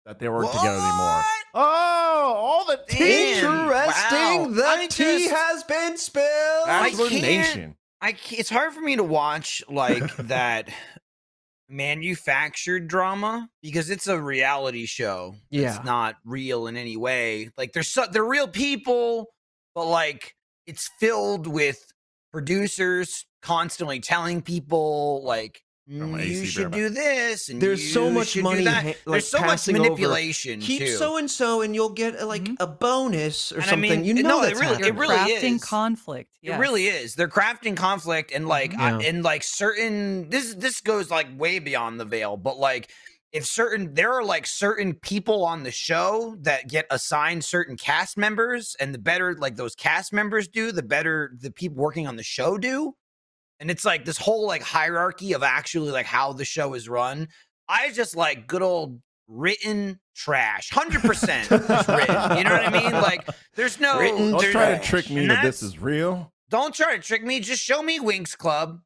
that they weren't What? together anymore. Oh, all the tea. Damn. interesting Wow. the I tea just- has been spilled I Bachelor can't- Nation. I c- it's hard for me to watch like that manufactured drama because it's a reality show. Yeah. It's not real in any way. Like there's so, they're real people, but like it's filled with producers constantly telling people like From "Mm, AC you should Berman. do this and There's so you much should do money that." ha- like, there's so much passing over. manipulation keep too. so and so and you'll get uh, like Mhm. a bonus or And I something. mean, you it- know no, it that's really- They're happening. really crafting is. conflict. It really yes. is. They're crafting conflict and like Mhm. I- Yeah. and like certain this this goes like way beyond the veil, but like if certain there are like certain people on the show that get assigned certain cast members and the better like those cast members do, the better the people working on the show do. And it's like this whole like hierarchy of actually like how the show is run. I just like good old written trash. 100% is written. You know what I mean? Like there's no [laughs] Written Don't there's- try to trick me and that this that's- is real. don't try to trick me. Just show me Winx Club.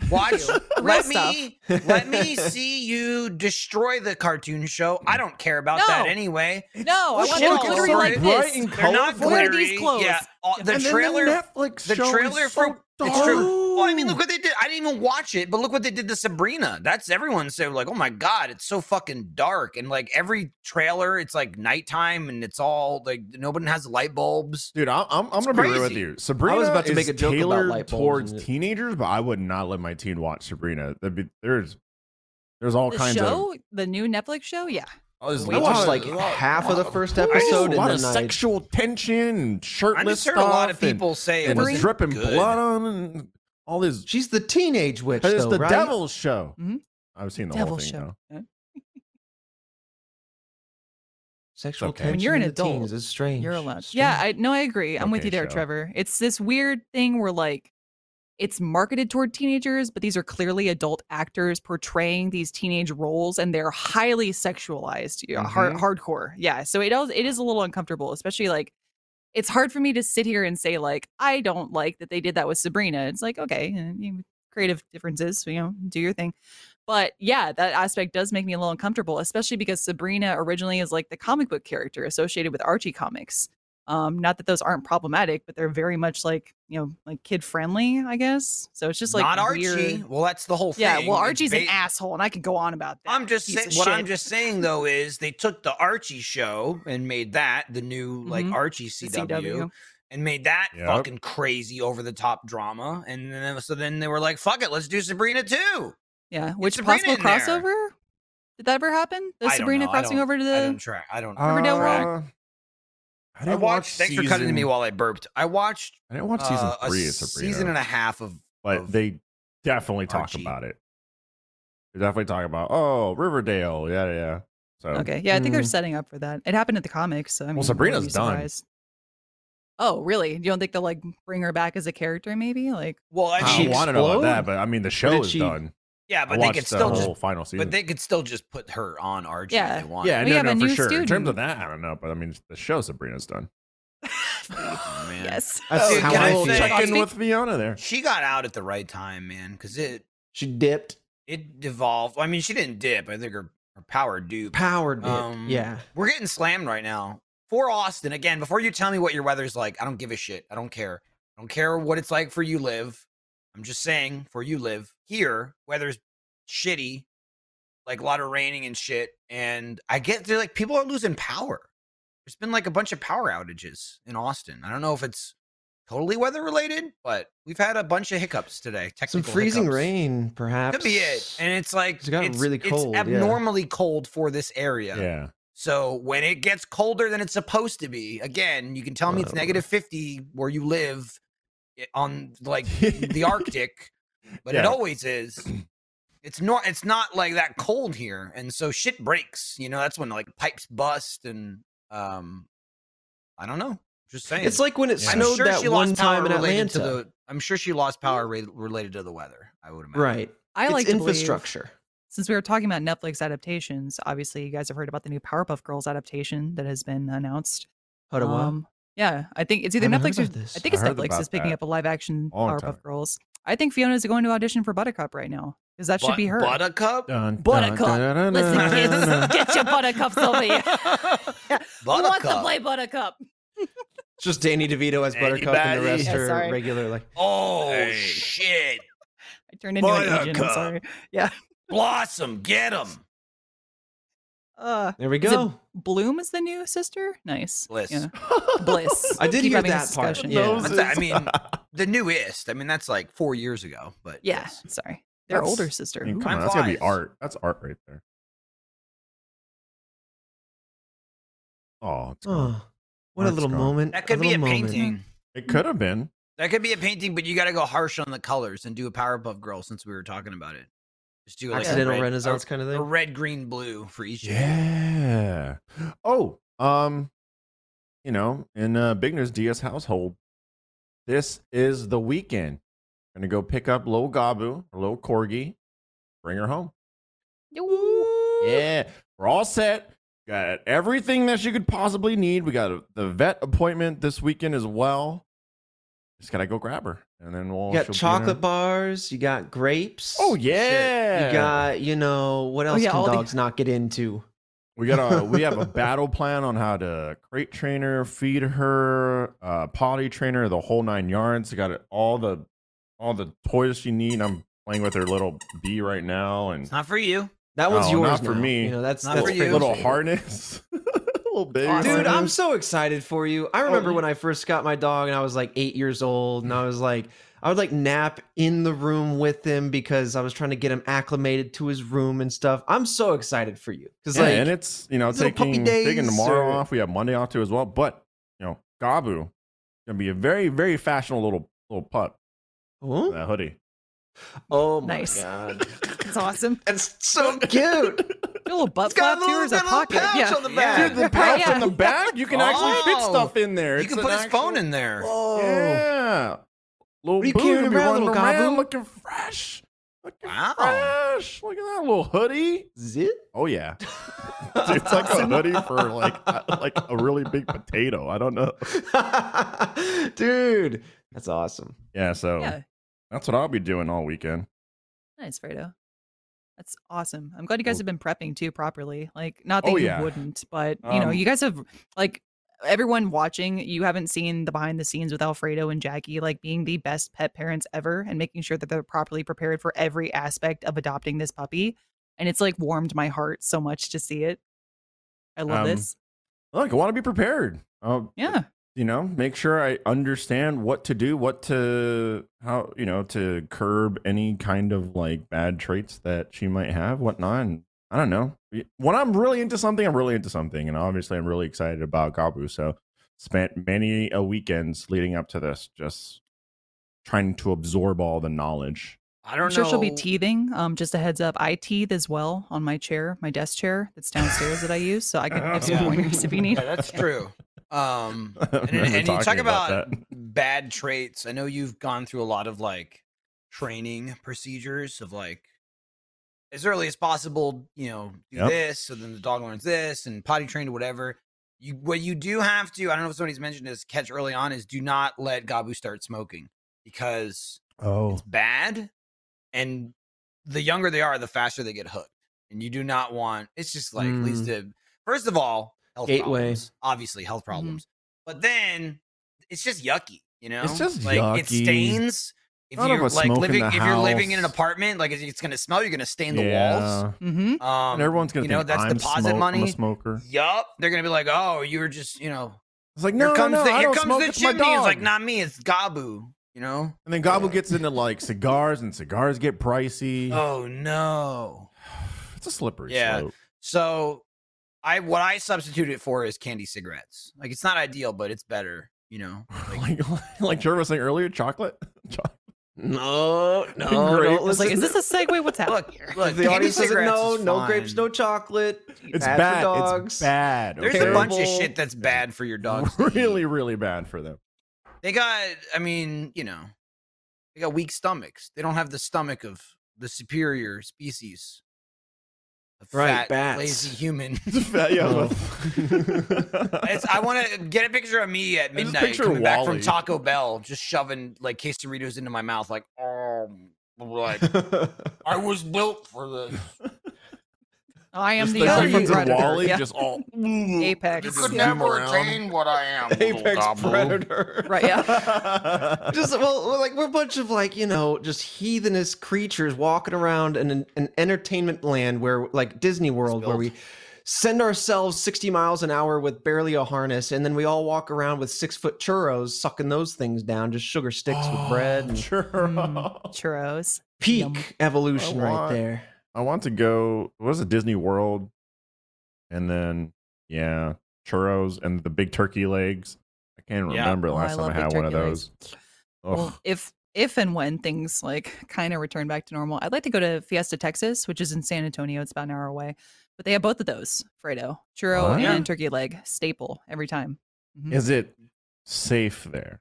[laughs] Watch. let stuff. me let [laughs] me see you destroy the cartoon show. I don't care about that No. anyway. Oh, No, I It's want all it glittery so like bright this. and They're not Colorful. Wear glittery. these clothes. Yeah, all- the And then trailer. Netflix the show is so trailer for- it's true. Well, I mean, dark. look what they did. I didn't even watch it, but look what they did to Sabrina. That's everyone said like, "Oh my god, it's so fucking dark." And like every trailer, it's like nighttime, and it's all like nobody has light bulbs. Dude, I'm I'm, I'm It's gonna be real with crazy. you. Sabrina about to is make a joke about tailored light bulbs towards and it- teenagers, but I would not let my teen watch Sabrina. That'd be, there's there's all The kinds show, the new Netflix show, yeah. of. We watched like half of the first I just- episode a lot and of then I, sexual tension, and I shirtless just heard a stuff, lot of and- people say it and, wasn't dripping good. blood on, and all this. she's the teenage witch It's though, the right? devil's show. Mhm. I've seen the whole Devil thing. show. now. Sexual okay. When tension you're an in the teens adult, is strange. You're allowed. Yeah, I no, I agree. I'm with Okay, you there, show. Trevor. It's this weird thing where like it's marketed toward teenagers, but these are clearly adult actors portraying these teenage roles and they're highly sexualized, yeah, har- Mm-hmm. Mhm. hardcore. Yeah. So it does it is a little uncomfortable, especially like it's hard for me to sit here and say like I don't like that they did that with Sabrina. It's like okay, eh, you- creative differences, you know, do your thing. But yeah, that aspect does make me a little uncomfortable, especially because Sabrina originally is like the comic book character associated with Archie comics. Um, not that those aren't problematic, but they're very much like you know, like kid friendly, I guess. So it's just like not Archie. weird- Well, that's the whole Yeah, thing. well, It's Archie's an ba- asshole, and I could go on about that. I'm just piece saying, of what I'm shit. just saying though is they took the Archie show and made that the new like Mhm. Archie The CW, and made that Yep. fucking crazy over the top drama, and then uh, so then they were like, fuck it, let's do Sabrina too. Yeah, which Sabrina possible in there. crossover? Did that ever happen? The I don't Sabrina know. I crossing don't- over to I don't the try. I don't. Riverdale track. Uh, I I didn't watch. watched. Thanks for cutting to me season- while I burped. I watched I didn't watch season uh, three a of Sabrina. season and a half of. but of- they definitely talk Archie. about it. They definitely talk about oh Riverdale, yeah, yeah. So Okay, yeah, I think they're Mm. setting up for that. It happened at the comics. So, I mean, wouldn't Sabrina's be done. surprised. Oh, really? You don't think they'll like bring her back as a character? Maybe like [laughs] Well, I I Did don't she mean, want to know about explode? that, but I mean the show did is she- done. yeah, I but they watched could the still just. whole final season. But they could still just put her on Archie Yeah. if they want. yeah, We no, have no, a for new sure. In terms student. of that, I don't know, but I mean the show Sabrina's done. Oh, man. yes. That's Dude, how can I, I feel. say- check in Speak- with Fiona there. She got out at the right time, man, because it She dipped. it devolved. I mean, she didn't dip. I think her, her power duped. Power dipped. Um, yeah. We're getting slammed right now for Austin. Again, before you tell me what your weather's like, I don't give a shit. I don't care. I don't care what it's like for you live. I'm just saying, for you live here, weather's shitty, like a lot of raining and shit. And I get they're like people are losing power. There's been like a bunch of power outages in Austin. I don't know if it's totally weather related, but we've had a bunch of hiccups today. Some Technical freezing hiccups. rain, perhaps. Could be it. And it's like It's gotten really cold, It's yeah. abnormally cold for this area. Yeah. [laughs] So when it gets colder than it's supposed to be, again, you can tell me it's Whatever. negative 50 where you live i- on like the [laughs] Arctic, but it Yeah. always is. It's not it's not like that cold here. And so shit breaks. You know, that's when like pipes bust and um I don't know. Just saying. It's like when it Yeah. I'm snowed sure that she one lost power time in related to Atlanta. the I'm sure she lost power re- related to the weather, I would imagine. right. I it's like to believe- infrastructure. since we were talking about Netflix adaptations, obviously you guys have heard about the new Powerpuff Girls adaptation that has been announced. How do Um, I? yeah, I think it's either Haven't heard Netflix or about this. I think it's I heard Netflix about is picking that. up a live action Long Powerpuff time. Girls. I think Fiona's going to audition for Buttercup right now because that should But- be her. Buttercup? Dun, Buttercup. Listen, [laughs] kids, get your buttercups over [laughs] here. Who wants to Buttercup. play Buttercup? Just Danny DeVito as Buttercup, and the Anybody? rest Yeah, are sorry. regular. Like Oh Hey. shit! I turned into an agent. I'm Buttercup. sorry. Blossom, get him. Uh, there we Is it- go. Bloom is the new sister. Nice. Bliss. Yeah. [laughs] Bliss. I did Keep hear having this that part, discussion. yeah. What's that? I mean, the newest. I mean, that's like four years ago, but Yeah. yes. Sorry. Their That's- older sister. I mean, Ooh. come Time on, that's gotta be flies. art. That's art right [sighs] there. Oh, it's gone. Oh, what a Art's little gone. moment. that could be a little moment. painting. it could have been. That could be a painting, but you got to go harsh on the colors and do a Powerpuff Girl since we were talking about it. Just do like a Accidental red- a- Renaissance kind of a, thing. red, green, blue for each. of them. Yeah. Oh, um, you know, in uh, Bigner's DS household, this is the weekend. Gonna go pick up little Gabu, or little Corgi, bring her home. Yeah, we're all set. Got everything that you could possibly need. We got a, the vet appointment this weekend as well. Just gotta go grab her, and then we'll You got she'll be in chocolate a- bars. You got grapes. Oh shit. yeah, You got you know what else Oh, yeah, can all the- dogs not get into? We got a we have a battle plan on how to crate trainer, feed her, uh, potty trainer, the whole nine yards. I got it, all the all the toys she need. I'm playing with her little bee right now, and It's not for you. That one's No, yours not for now. me. You know that's Oh, Not that's for pretty you. little much it. harness, [laughs] little baby. Awesome. Oh, Dude, harness. I'm so excited for you. I remember when I first got my dog and I was like eight years old and I was like, I would like nap in the room with him because I was trying to get him acclimated to his room and stuff. I'm so excited for you. Because Yeah, like [laughs] and it's you know these little puppy taking taking days tomorrow or- off. We have Monday off too as well. But you know, Gabu gonna be a very very fashionable little little pup. Ooh. That hoodie. oh my Nice. god. It's awesome. [laughs] That's [laughs] so cute. Your little butt It's got flap a too little, is a got a little pocket. pouch Yeah. on the Yeah. back. Dude, the pouch Yeah. in [laughs] the back, you can actually fit Oh. stuff in there. You It's can an put his phone actual- in there. Oh. Yeah. Little What are you Boo carrying gonna be around, running little around Gabu? looking fresh. Looking Wow. fresh. Look at that little hoodie. Zit? Oh yeah. Dude, [laughs] it's like a hoodie [laughs] for like a- like a really big [laughs] potato. I don't know. Dude, that's awesome. Yeah, so Yeah. that's what I'll be doing all weekend. Nice, Fredo. That's awesome. I'm glad you guys have been prepping too properly. Like, not that Oh, you yeah. wouldn't, but you know, Um, you guys have like everyone watching. You haven't seen the behind the scenes with Alfredo and Jackie, like being the best pet parents ever, and making sure that they're properly prepared for every aspect of adopting this puppy. And it's like warmed my heart so much to see it. I love Um, this. Look, I want to be prepared. Uh, Yeah, you know, make sure I understand what to do, what to how you know to curb any kind of like bad traits that she might have, whatnot. And I don't know. When I'm really into something, I'm really into something, and obviously, I'm really excited about Gabu. So, spent many a weekends leading up to this, just trying to absorb all the knowledge. I don't I'm sure know. she'll be teething. Um, just a heads up, I teeth as well on my chair, my desk chair that's downstairs that I use, so I can [laughs] give [laughs] some Yeah. pointers if you need. Yeah, that's true. Um, I and, remember and you talk talking about, about bad traits. I know you've gone through a lot of like training procedures of like as early as possible, you know, do Yep. this, so then the dog learns this and potty trained or whatever. You what you do have to, I don't know if somebody's mentioned this catch early on is do not let Gabu start smoking because Oh, it's bad and the younger they are the faster they get hooked and you do not want it's just like leads Mm. to first of all health Gateway. problems, obviously Mm-hmm. health problems. But then it's just yucky, you know. just like it yucky. stains. If None of you're us like smoke in living, the if you're living in an house. apartment, like it's, it's gonna smell. You're gonna stain the walls. Yeah. Mm-hmm. Um, and everyone's gonna you know think that's I'm deposit smoke- I'm a money. smoker. Yup, they're gonna be like, oh, you were just, you know, It's like here no, no, comes no, the I here don't comes smoke. the it's my chimney. It's dog. like not me, it's Gabu. You know? and then Gobble gets into like cigars, and cigars get pricey. Oh no. It's a slippery Yeah. slope. [laughs] So I what I substitute it for is candy cigarettes. Like it's not ideal, but it's better, you know. Like like [laughs] Trevor was saying earlier, chocolate. [laughs] Cho- No, no. Grape. It's Don't It's listen. like, is this a segue? What's happening Look, here? look, the candy audience doesn't cigarettes know. is No grapes, fine. no chocolate. It's for bad. dogs. It's bad. There's okay? a bunch of Terrible. shit that's bad for your [laughs] dogs. to [laughs] eat. really, really bad for them. [laughs] They got I mean, you know, they got weak stomachs. They don't have the stomach of the superior species. of Right, fat, bats. lazy [laughs] human. yeah, [laughs] Oh. but- It's, I want to get a picture of me at just midnight picture coming back from Wall-E. Taco Bell, just shoving like quesadillas into my mouth, like, oh, like I was built for this. Oh, I am Just the like only Huggins and predator. Wally, Yeah. just all [laughs] Apex. You could Yeah. never attain what I am, little [laughs] Apex [laughs] gobble. predator. Right. Yeah. [laughs] Just well, we're like we're a bunch of like you know just heathenous creatures walking around in an, an entertainment land where like Disney World where we send ourselves sixty miles an hour with barely a harness, and then we all walk around with six foot churros sucking those things down, just sugar sticks Oh, with bread. And Sure. Mm, churros. peak Yum. evolution I right want- there. I want to go. What was it? Disney World, and then yeah, churros and the big turkey legs. I can't Yeah. remember the Oh, I last love time I big had one of turkey those. legs. Well, if if and when things like kind of return back to normal, I'd like to go to Fiesta Texas, which is in San Antonio. It's about an hour away, but they have both of those Fredo churro What? and turkey leg staple every time. Mhm. Oh, Is it safe there?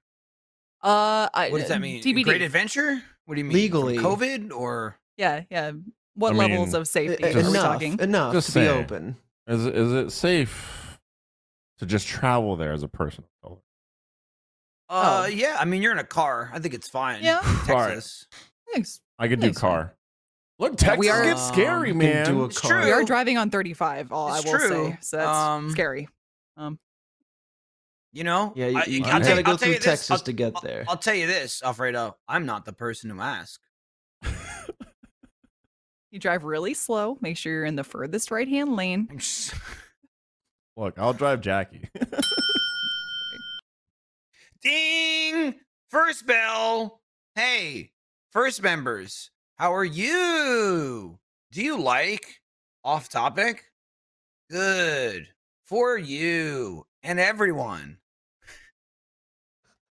Uh, I, What does that uh, mean? TBD. Great adventure? What do you mean? From Legally. COVID or yeah, yeah. What I levels mean, of safety E- are we enough, talking? enough Just to be saying. open. Is it- is it safe to just travel there as a person? of color? uh yeah, I mean you're in a car. I think it's fine. Oh. [laughs] Yeah. Alright. Texas. Thanks. I could do Think so. car. Look, Yeah, we Texas are- um, gets scary, You man. Um, can do a It's car. We are True. driving on 35. All I It's will true. say, so that's Um, scary. You know? Yeah, you, I- you, I'll gotta tell you- go I'll tell through you this, Texas I'll- to get I'll- there. I'll tell you this, Alfredo. I'm not the person to ask. You drive really slow. Make sure you're in the furthest right hand lane. I'm just- Look, I'll drive Jackie. Ding! First bell. Hey, first members, how are you? Do you like off topic? Good for you and everyone.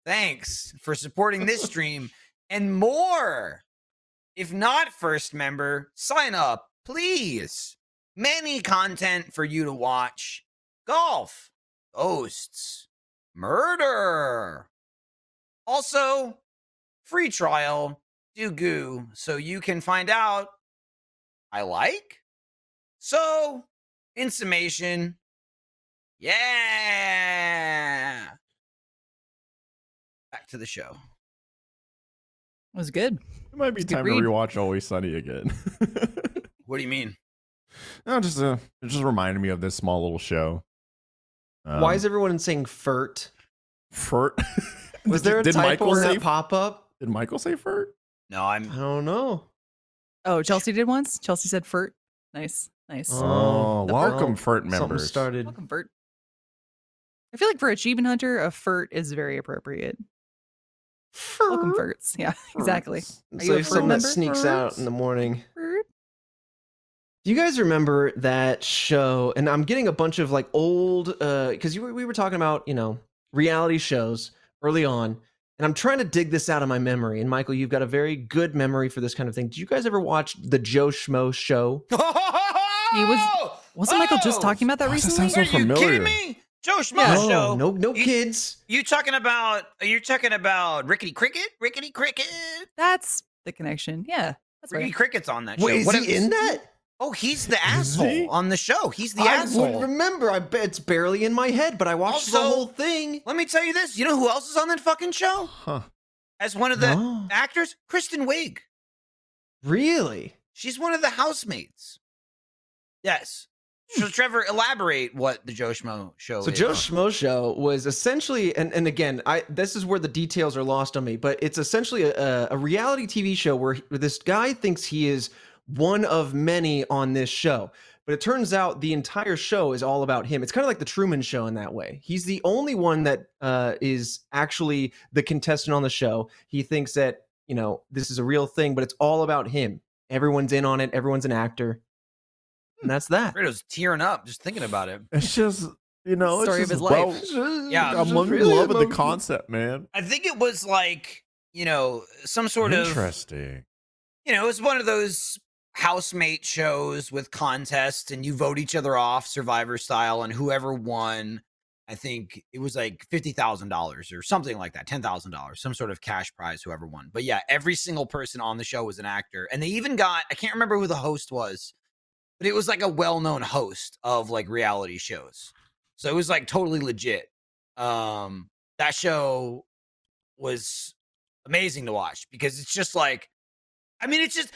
Thanks for supporting this stream and more. If not first member, sign up, please. Many content for you to watch. Golf, ghosts, murder. Also, free trial do goo so you can find out I like. So, in summation, yeah. Back to the show. It was good. It might be It's a good time to read. rewatch Always Sunny again. [laughs] What do you mean? no, just uh, it just reminded me of this small little show. Um, Why is everyone saying [laughs] "furt"? Furt? [laughs] Was Did- there a did typo Michael in say that pop up? Did Michael say Furt? No, I'm [laughs] [laughs] I don't know. Oh, Chelsea did once. Chelsea said "furt." Nice, nice. Oh, Oh, the welcome Furt Something members. started. Welcome, Furt. I feel like for Achievement Hunter, a furt is very appropriate. Welcome, furts. Yeah, [laughs] exactly. Furts. Are So you a if furt someone that member? sneaks out in Furts? the morning. Furt? Do you guys remember that show? And I'm getting a bunch of like old because you were, we were talking about you know reality shows early on, and I'm trying to dig this out of my memory. And Michael, you've got a very good memory for this kind of thing. Did you guys ever watch the Joe Schmo show? He was- Wasn't Michael just talking about that Why does that recently? sound so Are you familiar. kidding me? Joe Schmo Yeah. show. no, no, no You- kids. You talking about? You're talking about Rickety Cricket? Rickety Cricket? That's the connection. Yeah, that's Rickety right. Cricket's on that show. Wait, is What he if- in that? Oh, he's the he? asshole on the show. He's the I asshole. would remember. I bet it's barely in my head, but I watched the Also- whole thing. Let me tell you this. You know who else is on that fucking show? Huh. As one of the No. actors, Kristen Wiig. [gasps] Really? She's one of the housemates. Yes. So, Trevor, elaborate what the Joe Schmo show Hmm. So is. Joe Schmo show was essentially, and, and again, I this is where the details are lost on me, but it's essentially a, a reality TV show where he- this guy thinks he is one of many on this show. But it turns out the entire show is all about him. It's kind of like the Truman Show in that way. He's the only one that uh, is actually the contestant on the show. He thinks that you know this is a real thing, but it's all about him. Everyone's in on it. Everyone's an actor, and that's that. Fredo's tearing up just thinking about it. It's just you know it's Story of just his well- Yeah, I'm just loving, really loving the loving- concept, man. I think it was like, you know, some sort of Interesting. you know, it was one of those housemate shows with contests and you vote each other off survivor style and whoever won I think it was like $50,000 or something like that, $10,000, some sort of cash prize whoever won. But yeah, every single person on the show was an actor and they even got I can't remember who the host was, but it was like a well-known host of like reality shows. So it was like totally legit. Um that show was amazing to watch because it's just like I mean, it's just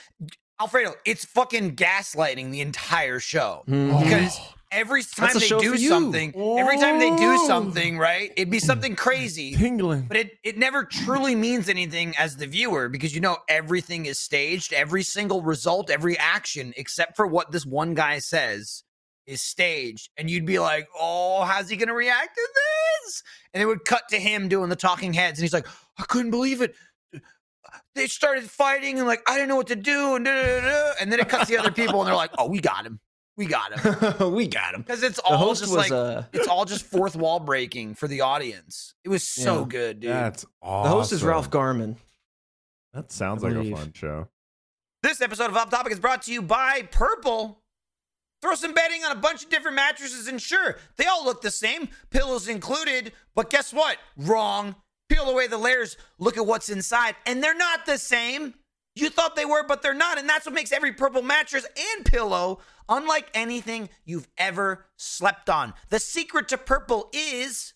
Alfredo. It's fucking gaslighting the entire show Hmm. because every time a they show do for you. something, every time they do Whoa. something, right? It'd be [laughs] something crazy, Tingling. but it it never truly means anything as the viewer because you know everything is staged. Every single result, every action, except for what this one guy says, is staged. And you'd be like, "Oh, how's he gonna react to this?" And it would cut to him doing the talking heads, and he's like, "I couldn't believe it." They started fighting, and like I didn't know what to do, and da, da, da, da. and then it cuts the other people, and they're like, "Oh, we got him, we got him." [laughs] we got him. Because it's The all host just was like uh, it's all just fourth wall breaking for the audience. It was so Yeah. good, dude. That's awesome. the host is Ralph Garman. That sounds I like a believe. fun show. This episode of Off Topic is brought to you by Purple. Throw some bedding on a bunch of different mattresses, and sure, they all look the same, pillows included. But guess what? Wrong. Peel away the layers, look at what's inside, and they're not the same. You thought they were, but they're not. And that's what makes every purple mattress and pillow unlike anything you've ever slept on. The secret to purple is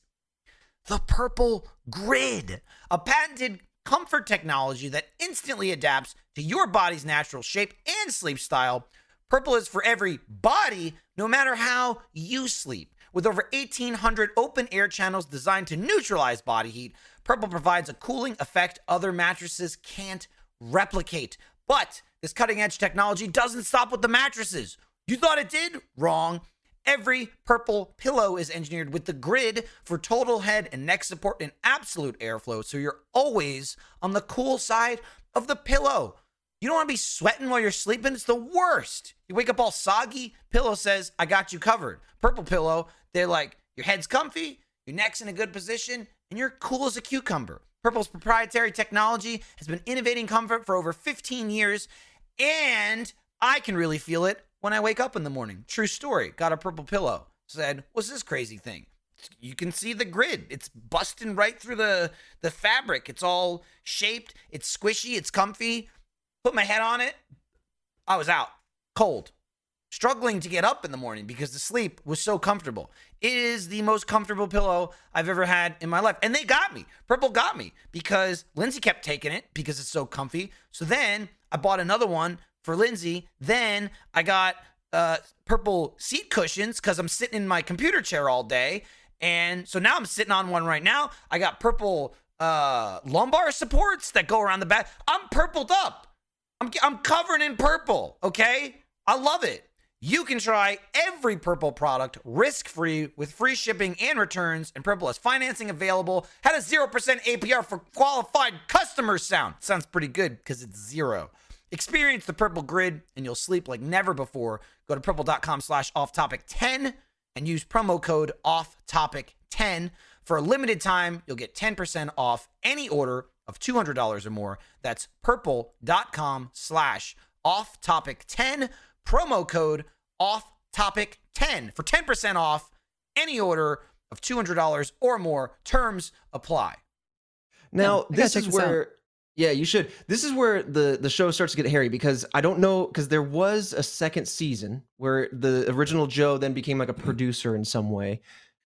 the Purple Grid, a patented comfort technology that instantly adapts to your body's natural shape and sleep style. Purple is for every body, no matter how you sleep. With over 1,800 open air channels designed to neutralize body heat, Purple provides a cooling effect other mattresses can't replicate. But this cutting edge technology doesn't stop with the mattresses. You thought it did? Wrong. Every purple pillow is engineered with the grid for total head and neck support and absolute airflow, so you're always on the cool side of the pillow. You don't want to be sweating while you're sleeping. It's the worst. You wake up all soggy. Pillow says, I got you covered. Purple pillow, they're like, your head's comfy, your neck's in a good position, and you're cool as a cucumber. Purple's proprietary technology has been innovating comfort for over 15 years, and I can really feel it when I wake up in the morning. True story. Got a purple pillow. Said, what's this crazy thing? you can see the grid. It's busting right through the the fabric. It's all shaped. It's squishy. It's comfy. Put my head on it. I was out cold, struggling to get up in the morning because the sleep was so comfortable. It is the most comfortable pillow I've ever had in my life, and they got me. Purple got me because Lindsay kept taking it because it's so comfy. So then I bought another one for Lindsay. Then I got uh, purple seat cushions because I'm sitting in my computer chair all day. And so now I'm sitting on one right now. I got purple uh, lumbar supports that go around the back. I'm purpled up. I'm, I'm covered in purple, okay? I love it. You can try every Purple product risk free with free shipping and returns, and Purple has financing available. How does 0% APR for qualified customers sound? Sounds pretty good because it's zero. Experience the Purple Grid and you'll sleep like never before. Go to purple.com slash off topic 10 and use promo code off topic 10 for a limited time you'll get 10% off any order of $200 or more that's purple.com slash off topic 10 promo code off topic 10 for 10% off any order of $200 or more terms apply Now I gotta this check is this out. where yeah, you should. This is where the the show starts to get hairy because I don't know because there was a second season where the original Joe then became like a producer in some way.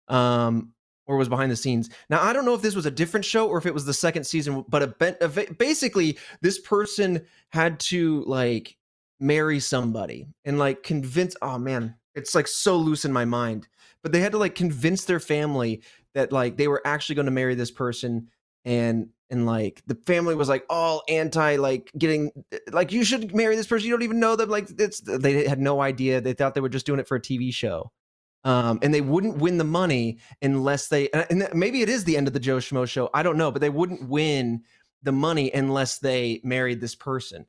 Um or was behind the scenes. Now I don't know if this was a different show or if it was the second season, but a ben- a va- basically this person had to like marry somebody and like convince oh man, It's like so loose in my mind. But they had to like convince their family that like they were actually going to marry this person and and like the family was like all anti like getting eh, like you should marry this person you don't even know them like it's they had no idea they thought they were just doing it for a TV show um, and they wouldn't win the money unless they and- and maybe it is the end of the Joe Schmo show I don't know but they wouldn't win the money unless they married this person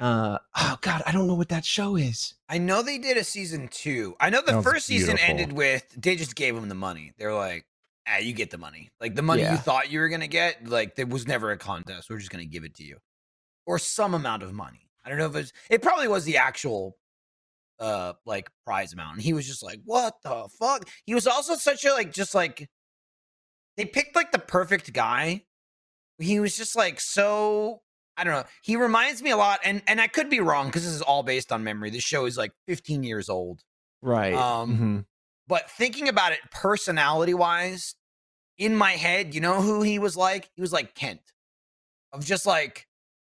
uh oh god I don't know what that show is I know they did a season two. I know the Sounds first season beautiful. ended with they just gave them the money. They're like, ah, you get the money. Like the money Yeah. you thought you were gonna get, like there was never a contest. We're just gonna give it to you. Or some amount of money. I don't know if it's it probably was the actual uh like prize amount. And he was just like, What the fuck? He was also such a like just like they picked like the perfect guy. He was just like so I don't know. He reminds me a lot, and and I could be wrong because this is all based on memory. This show is like 15 years old. right Uh, Um, Mhm. but thinking about it personality wise, in my head, you know who he was like? He was like Kent. Of just like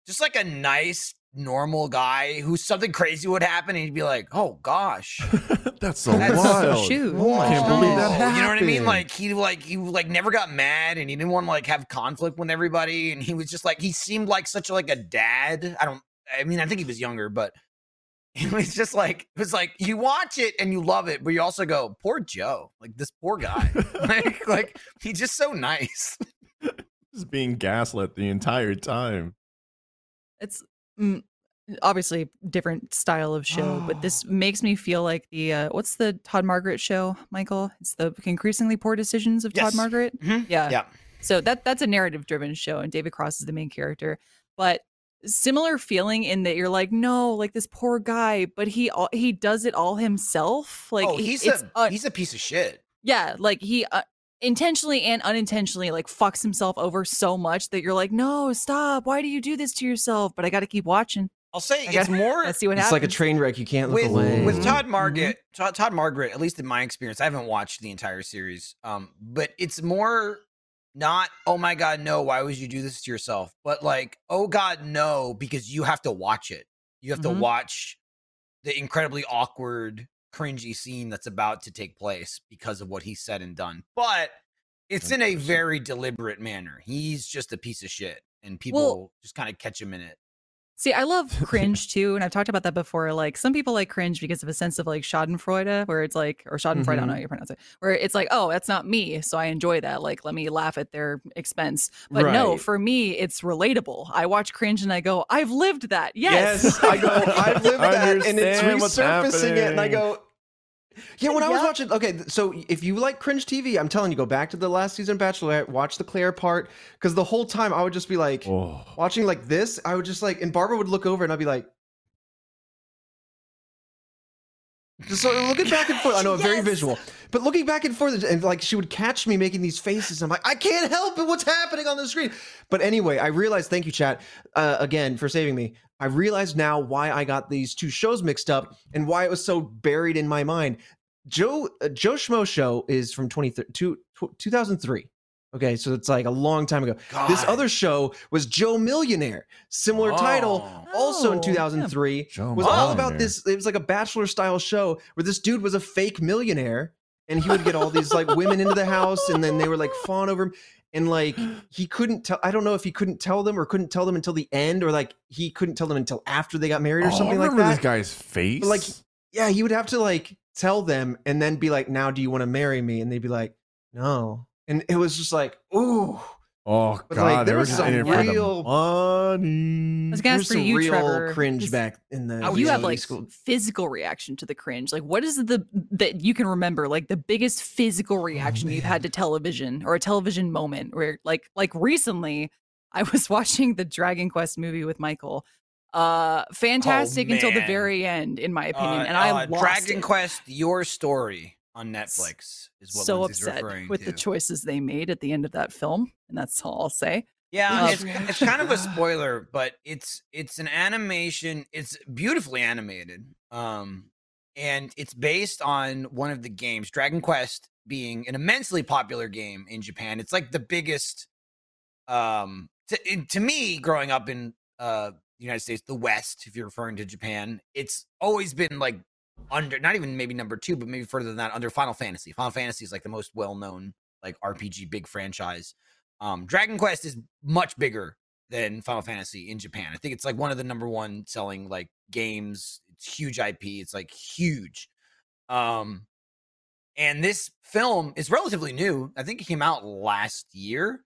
just like a nice, normal guy who something crazy would happen and he'd be like, oh gosh. [laughs] That's so That's- wild. Shoot. Can't believe that Whoa, oh, You know what I mean? happened. Like he like he like never got mad and he didn't want to like have conflict with everybody and he was just like he seemed like such like a dad. I don't I mean I think he was younger, but [laughs] it was just like it was like you watch it and you love it, but you also go, poor Joe. Like this [laughs] poor guy. [laughs] like like he's just so nice. Just being gaslit the entire time. it's mm, obviously different style of show, but this Oh. makes me feel like the uh, what's the Todd Margaret show, Michael? It's the increasingly poor decisions of Yes. Todd Margaret. Mhm. Yeah. Yeah. So that that's a narrative driven show, and David Cross is the main character, but similar feeling in that you're like no like this poor guy but he all, he does it all himself like oh, he- he's it's a un- he's a piece of shit. yeah like he uh, intentionally and unintentionally like fucks himself over so much that you're like no stop why do you do this to yourself but i gotta keep watching I'll say I it's gotta- more [laughs] let's see what it's happens like a train wreck you can't look with, away Mm-hmm. with Todd Mhm. Margaret, Todd, Todd Margaret, at least in my experience, I haven't watched the entire series, um, but it's more not, oh my God, no, why would you do this to yourself? But like, oh God, no, because you have to watch it. You have Mm-hmm. Mhm. to watch the incredibly awkward, cringy scene that's about to take place because of what he said and done. But it's in a very deliberate manner. He's just a piece of shit, and people just kind of catch him in it. See, I love cringe too, and I've talked about that before. Like some people like cringe because of a sense of like Schadenfreude, where it's like, or Schadenfreude, Mm-hmm. I don't know how you pronounce it, where it's like, oh, that's not me, so I enjoy that. Like, let me laugh at their expense. But no, Right. for me, it's relatable. I watch cringe and I go, I've lived that. Yes, [laughs] Yes, [laughs] I go. I've lived I that, and it's understand what's resurfacing it, and I happening. go. Yeah, when I was Yeah. watching, okay, th- so if you like cringe TV, I'm telling you, go back to the last season of Bachelorette, watch the Claire part, because the whole time I would just be like Oh. watching like this. I would just like, and Barbara would look over, and I'd be like, just sort of looking back and forth. I know, very Yes. visual, but looking back and forth, and like she would catch me making these faces. I'm like, I can't help it. What's happening on the screen? But anyway, I realized. Thank you, chat, uh, again for saving me. I realized now why I got these two shows mixed up and why it was so buried in my mind. Joe uh, Joe Schmo show is from 23 two- tw- 2003. Okay, so it's like a long time ago. This God. other show was Joe Millionaire, similar title, Oh. also in Oh, yeah. 2003 Joe was all about Millionaire. this. It was like a bachelor style show where this dude was a fake millionaire and he would get all these like women into the house and then they were like fawn over him. And like he couldn't tell, I don't know if he couldn't tell them or couldn't tell them until the end or like he couldn't tell them until after they got married or Oh, I something like remember that. this guy's face. like, yeah, he would have to like tell them and then be like, now do you want to marry me? And they'd be like, no. And it was just like, ooh. oh but, god, like, they there were was just some in it for the real- I money. was gonna There's ask for some you, real Trevor. cringe just- back in the I would You have early like school. physical reaction to the cringe. Like, what is the that you can remember? Like the biggest physical Oh, reaction you've had to television or a television moment where, like, like recently, I was [laughs] watching the Dragon Quest movie with Michael. Uh, fantastic until the Oh, man. very end, in my opinion, Uh, and I uh, lost Dragon it. Quest Your Story on Netflix is what so Lindsay's upset referring with to. the choices they made at the end of that film, and that's all I'll say. yeah, Uh, it's, it's kind of a spoiler, but it's it's an animation. It's beautifully animated, um, and it's based on one of the games. Dragon Quest being an immensely popular game in Japan. It's like the biggest. Um, to, in- to me, growing up in uh, the United States, the West, if you're referring to Japan, it's always been like under not even maybe number two, but maybe further than that, under Final Fantasy. Final Fantasy is like the most well known like RPG big franchise. Um, Dragon Quest is much bigger than Final Fantasy in Japan. I think it's like one of the number one selling like games. It's huge IP. It's like huge. Um, and this film is relatively new. I think it came out last year.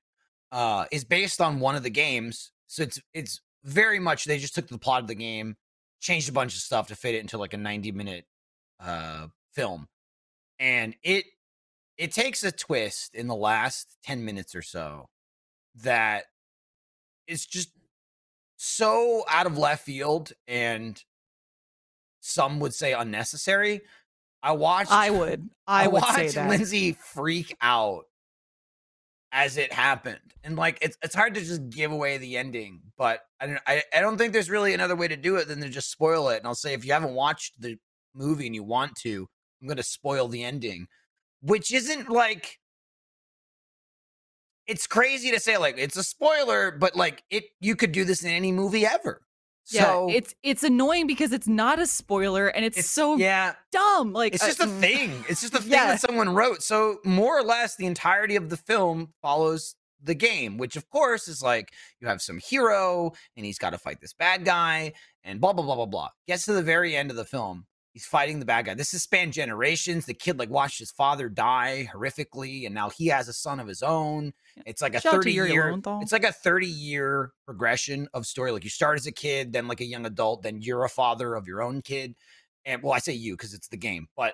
Uh, is based on one of the games, so it's it's very much they just took the plot of the game, changed a bunch of stuff to fit it into like a ninety minute uh film, and it it takes a twist in the last ten minutes or so that is just so out of left field and some would say unnecessary. I watched I would. I, would say that. Lindsay freak out as it happened, and like it's it's hard to just give away the ending, but I don't I, I don't think there's really another way to do it than to just spoil it. And I'll say if you haven't watched the movie and you want to, I'm going to spoil the ending, which isn't like it's crazy to say like it's a spoiler, but like it you could do this in any movie ever. yeah, so it's it's annoying because it's not a spoiler and it's, it's- so yeah. dumb. Like It's just uh, a thing. It's just a thing Yeah. that someone wrote. So more or less, the entirety of the film follows the game, which of course is like you have some hero and he's got to fight this bad guy and blah blah blah blah blah. Gets to the very end of the film, he's fighting the bad guy. This has spanned generations. The kid like watched his father die horrifically, and now he has a son of his own. Yeah. It's like a Shout out to thirty Yuri year. Lowenthal. It's like a thirty year progression of story. Like you start as a kid, then like a young adult, then you're a father of your own kid, and well, I say you because it's the game, but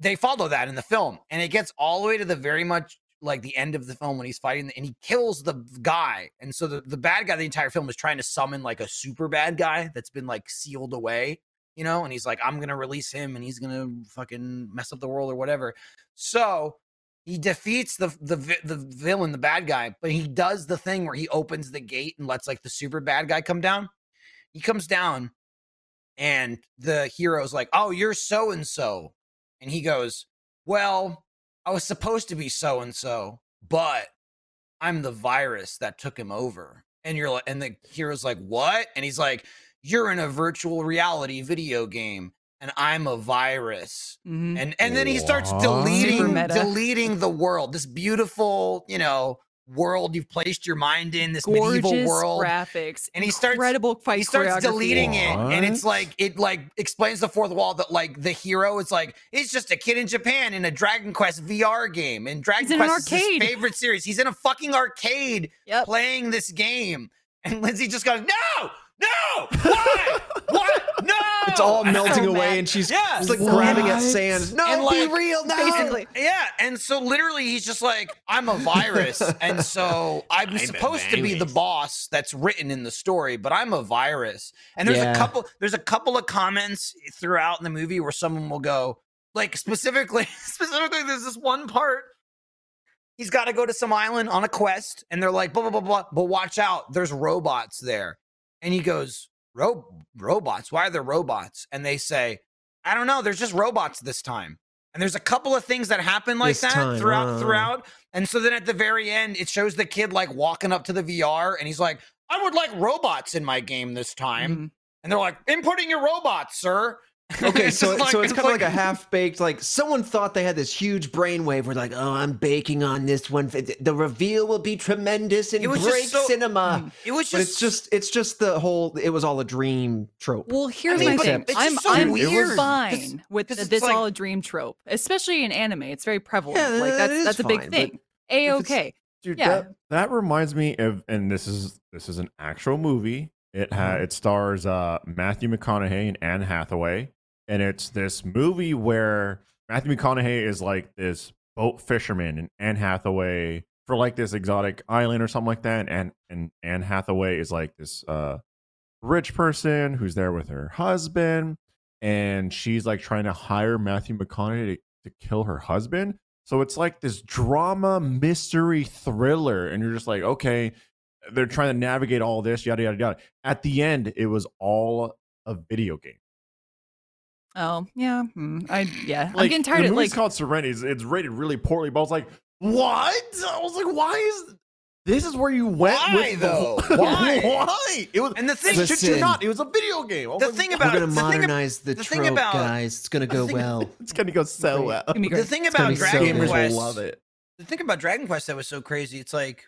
they follow that in the film, and it gets all the way to the very much like the end of the film when he's fighting and he kills the guy. And so the, the bad guy the entire film is trying to summon like a super bad guy that's been like sealed away, you know, and he's like, I'm gonna release him and he's gonna fucking mess up the world or whatever. So he defeats the the vi- the villain, the bad guy, but he does the thing where he opens the gate and lets like the super bad guy come down. He comes down and the hero's like, "Oh, you're so and so," and he goes, "Well, I was supposed to be so and so, but I'm the virus that took him over." And you're like, and the hero's like, "What?" And he's like, "You're in a virtual reality video game, and I'm a virus." mhm. and and then he starts What? Super deleting meta. deleting the world this beautiful you know world you've placed your mind in this gorgeous medieval world graphics And he starts- incredible fight he starts choreography. deleting it and it's What? like it like explains the fourth wall that like the hero is like it's just a kid in japan in a dragon quest vr game and dragon in an quest is his arcade. Uh, favorite series he's in a fucking arcade Yep. playing this game and lindsay just goes no [laughs] no why what no It's all melting so away, mad. and she's Yeah. just, like What? grabbing at sand. No, And, be like, real. No. basically. Yeah, and so literally he's just like, I'm a [laughs] virus, and so I'm, supposed to be the boss that's written in the story, but I'm a virus. And there's Yeah. a couple, there's a couple of comments throughout in the movie where someone will go, like specifically, [laughs] specifically, there's this one part. He's got to go to some island on a quest, and they're like, blah blah blah blah. But watch out, there's robots there, and he goes, "Ro- robots? Why are there robots?" And they say, "I don't know. There's just robots this time." And there's a couple of things that happen like This that time, throughout uh. throughout. And so then at the very end, it shows the kid like walking up to the VR, and he's like, "I would like robots in my game this time." Mm-hmm. Mhm. And they're like, "Inputting your robots, sir." [laughs] [laughs] Okay, It's so just it- so it's kind of like, a half baked. Like someone thought they had this huge brainwave. We're like, oh, I'm baking on this one. The the reveal will be tremendous and It was break just so- cinema. It was But just, it's just it's just the whole. It was all a dream trope. Well, here's mean, my but thing. it's I'm, just so I'm weird. we're 'Cause- fine with 'cause the, it's this like- all a dream trope, especially in anime. It's very prevalent. Yeah, like it that's is that's a fine, big but thing. A it's- okay. Dude, Yeah. that, that reminds me of, and this is this is an actual movie. It ha- Mhm. it stars uh, Matthew McConaughey and Anne Hathaway, and it's this movie where Matthew McConaughey is like this boat fisherman, and Anne Hathaway for like this exotic island or something like that, and and Anne Hathaway is like this uh, rich person who's there with her husband, and she's like trying to hire Matthew McConaughey to, to kill her husband. So it's like this drama, mystery, thriller, and you're just like, okay, they're trying to navigate all this, yada yada yada. At the end, it was all a video game. Oh yeah. hmm, I yeah. Like, I'm getting tired The of movie's like called Serenity. It's, it's rated really poorly, but I was like, what? I was like, why is This is where you went Why, with the [laughs] whole- though? Why? Why? It was And the thing, Should you Listen. not. It was a video game. Oh the my thing God. We're about gonna the thing, ab- modernize the, the thing trope, about- guys. It's gonna go thing- well. it's gonna go so well. [laughs] It's gonna be the great. thing gonna about be so Dragon good. Gamers Quest, will love it. the thing about Dragon Quest that was so crazy, it's like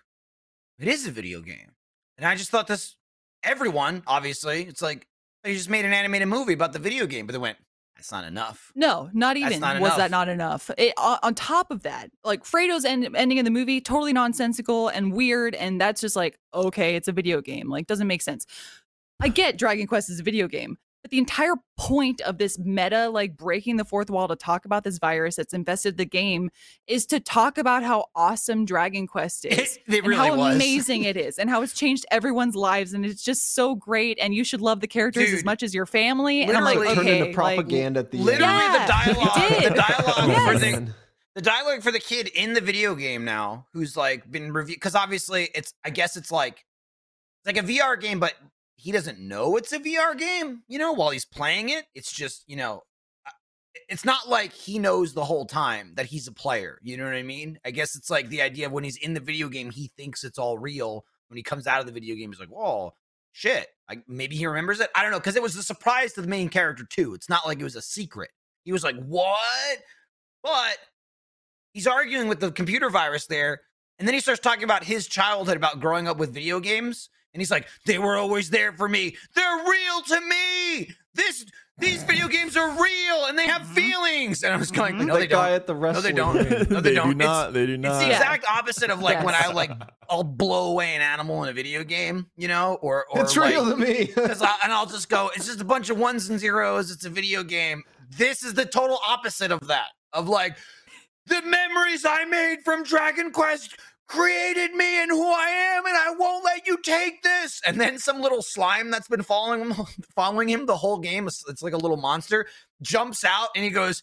it is a video game. And I just thought this everyone, obviously, it's like they just made an animated movie about the video game, but they went, that's not enough. [laughs] No, not even not was enough. that not enough. It, on, on top of that, like Fredo's end, ending of the movie, totally nonsensical and weird, and that's just like okay, it's a video game. Like doesn't make sense. I get Dragon Quest is a video game, but the entire point of this meta, like breaking the fourth wall to talk about this virus that's infested the game, is to talk about how awesome Dragon Quest is. [laughs] It, it and really how was. amazing it is and how it's changed everyone's lives and it's just so great and you should love the characters as Dude, much as your family and i'm like literally- okay Turned into like, propaganda at the end. Literally Yeah, the dialogue, it the did. dialogue for Yes. the Man. the dialogue for the kid in the video game now who's like been reviewed because obviously it's i guess it's like it's like a vr game but he doesn't know it's a vr game you know while he's playing it it's just you know uh, it's not like he knows the whole time that he's a player you know what i mean i guess it's like the idea of when he's in the video game he thinks it's all real when he comes out of the video game he's like whoa shit like maybe he remembers it i don't know because it was a surprise to the main character too it's not like it was a secret he was like what but he's arguing with the computer virus there and then he starts talking about his childhood about growing up with video games and he's like they were always there for me they're real to me this these video games are real and they have Mhm. feels and i was going Mhm. no they Mm-hmm. That guy don't at the wrestling. don't. [laughs] ring. No, they they don't. do It's- not. They do it's not. the exact opposite of like when i Yes. like i'll blow away an animal in a video game you know or or It's real like- to me. [laughs] 'cause I- and i'll just go it's just a bunch of ones and zeros it's a video game this is the total opposite of that of like the memories i made from dragon quest created me and who i am and i won't let you take this and then some little slime that's been following him [laughs] following him the whole game it's, it's like a little monster jumps out and he goes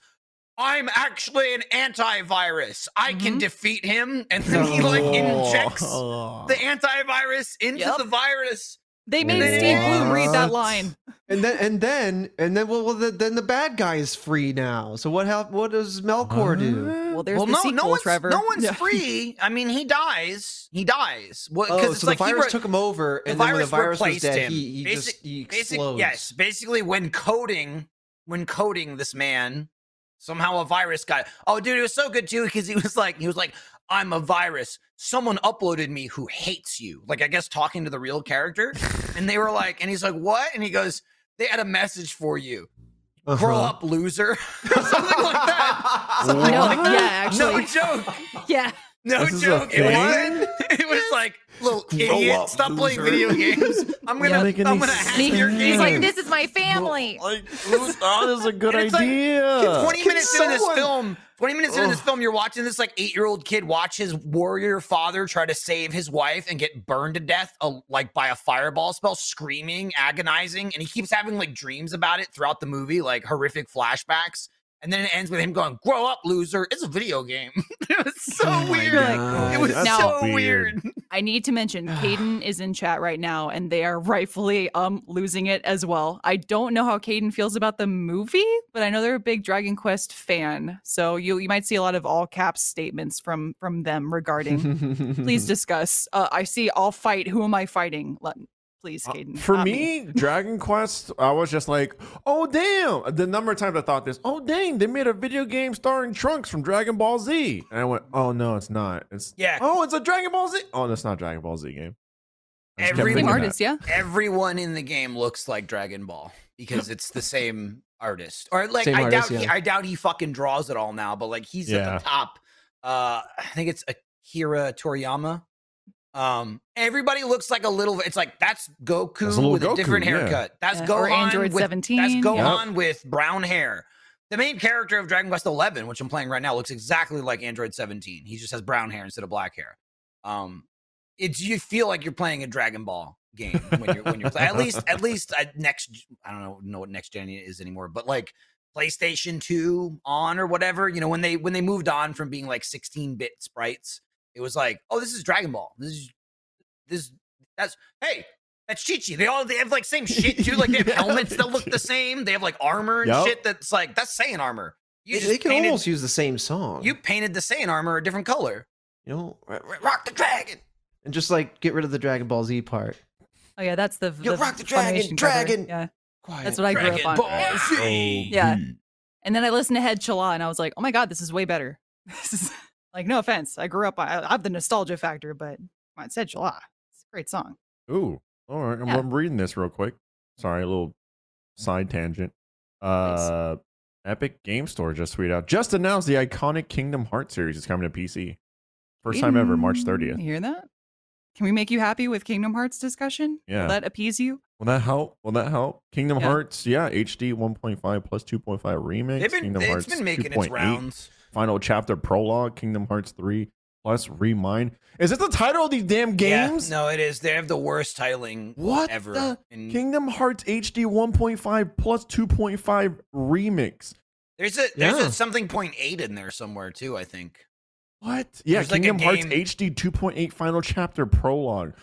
i'm actually an antivirus i can Mhm. defeat him and then he like injects the antivirus into Yep. the virus They And made then it Steve Blue read that ends. line. And then and then and then well, well the, then the bad guy is free now. So what hap- what does Melkor do? Well, there's well, the no, sequel, no one's, Trevor. No one's [laughs] Yeah. [laughs] free. I mean, he dies. He dies. Well, because Oh, it's so like the he virus re- took him over, the and then when the virus virus was replaced dead, him. he, he Basic- just he basic- explodes. yes, basically when coding, when coding this man, somehow a virus got. Oh, dude, it was so good too because he was like, he was like, I'm a virus. Someone uploaded me who hates you. Like I guess talking to the real character, and they were like, and he's like, what? And he goes, they had a message for you. Grow Uh-huh. up, loser. [laughs] Something like that. [laughs] No, yeah, No actually, joke. [laughs] yeah. No This is a joke. It was, thing? [laughs] it was like, little idiot, up, stop playing loser." [laughs] video games. I'm Not gonna, I'm making any gonna hack sense. your He's game. like, this is my family. Like, that Oh, is a good And it's like, idea. 20 minutes into this someone- film, 20 minutes into this Ugh. film, you're watching this like eight year old kid watch his warrior father try to save his wife and get burned to death, uh, like by a fireball spell, screaming, agonizing. And he keeps having like dreams about it throughout the movie, like horrific flashbacks. And then it ends with him going, Grow up, loser. It's a video game. [laughs] it was so Oh my weird. God. It was That's so weird. weird. I need [sighs] to mention Caden is in chat right now, and they are rightfully um losing it as well. I don't know how Caden feels about the movie, but I know they're a big Dragon Quest fan, so you you might see a lot of all caps statements from from them [laughs] [laughs] regarding. please discuss. Uh, I see. I'll fight. Who am I fighting? Let, please, Uh, Caden. For not me, [laughs] Dragon Quest, I was just like, oh damn. The number of times I thought this, oh dang, they made a video game starring Trunks from Dragon Ball Z. And I went, oh no, it's not. It's Yeah. Oh, it's a Dragon Ball Z. Oh, that's not a Dragon Ball Z game. I just kept Every- same thinking that. artist, yeah. everyone in the game looks like Dragon Ball because it's the same artist. Or like Same I artist, doubt he, yeah. I doubt he fucking draws it all now, but like he's Yeah. at the top. Uh I think it's Akira Toriyama. Um everybody looks like a little it's like that's Goku That's a little with a Goku, different yeah. haircut. That's Yeah, Gohan or Android with, 17. That's yeah. Gohan with brown hair. The main character of Dragon Quest Eleven, which I'm playing right now, looks exactly like Android 17. He just has brown hair instead of black hair. Um, it's you feel like you're playing a Dragon Ball game when you're when you're playing. At least at least uh, next I don't know know what next gen is anymore, but like PlayStation 2 on or whatever, you know, when they when they moved on from being like 16-bit sprites, it was like, "Oh, this is Dragon Ball. This is this that's hey, that's Chi-Chi. They all they have like same shit too. Like they have Yeah, helmets they that look do. the same. They have like armor and Yup. shit that's like that's Saiyan armor. You They- just they can painted, almost use the same song. you painted the Saiyan armor a different color. you know, R- Rock the dragon. and just like get rid of the Dragon Ball Z part. Oh yeah, that's the Yo, the rock the dragon, Funimation cover. dragon! Yeah, Quiet. that's what I grew up on. Ball Z. Oh, Yeah. Hmm. And then I listened to Head Chala and I was like, oh my God, this is way better. [laughs] This is like, no offense. I grew up, on, I I have the nostalgia factor, but come on, it's Head Chala. It's a great song. Ooh, all right. I'm, Yeah. I'm reading this real quick. Sorry, a little side tangent. Nice. Uh, Epic Game Store just tweeted out just announced the iconic Kingdom Hearts series is coming to PC. First time ever, March Mm, 30th. You hear that? Can we make you happy with Kingdom Hearts discussion? Yeah. Will that appease you? Will that help? Will that help? Kingdom Yeah. Hearts, yeah, HD 1.5 plus 2.5 remix. They've been, Kingdom it's Hearts been making its 2.8, rounds. Final chapter prologue, Kingdom Hearts 3 plus Remind. Is it the title of these damn games? Yeah, no, it is. They have the worst titling What ever. the And Kingdom Hearts HD 1.5 plus 2.5 remix. there's a there's Yeah. a something point eight in there somewhere too. I think. What? Yeah, There's, like, a Kingdom Hearts game- HD 2.8 final chapter prologue.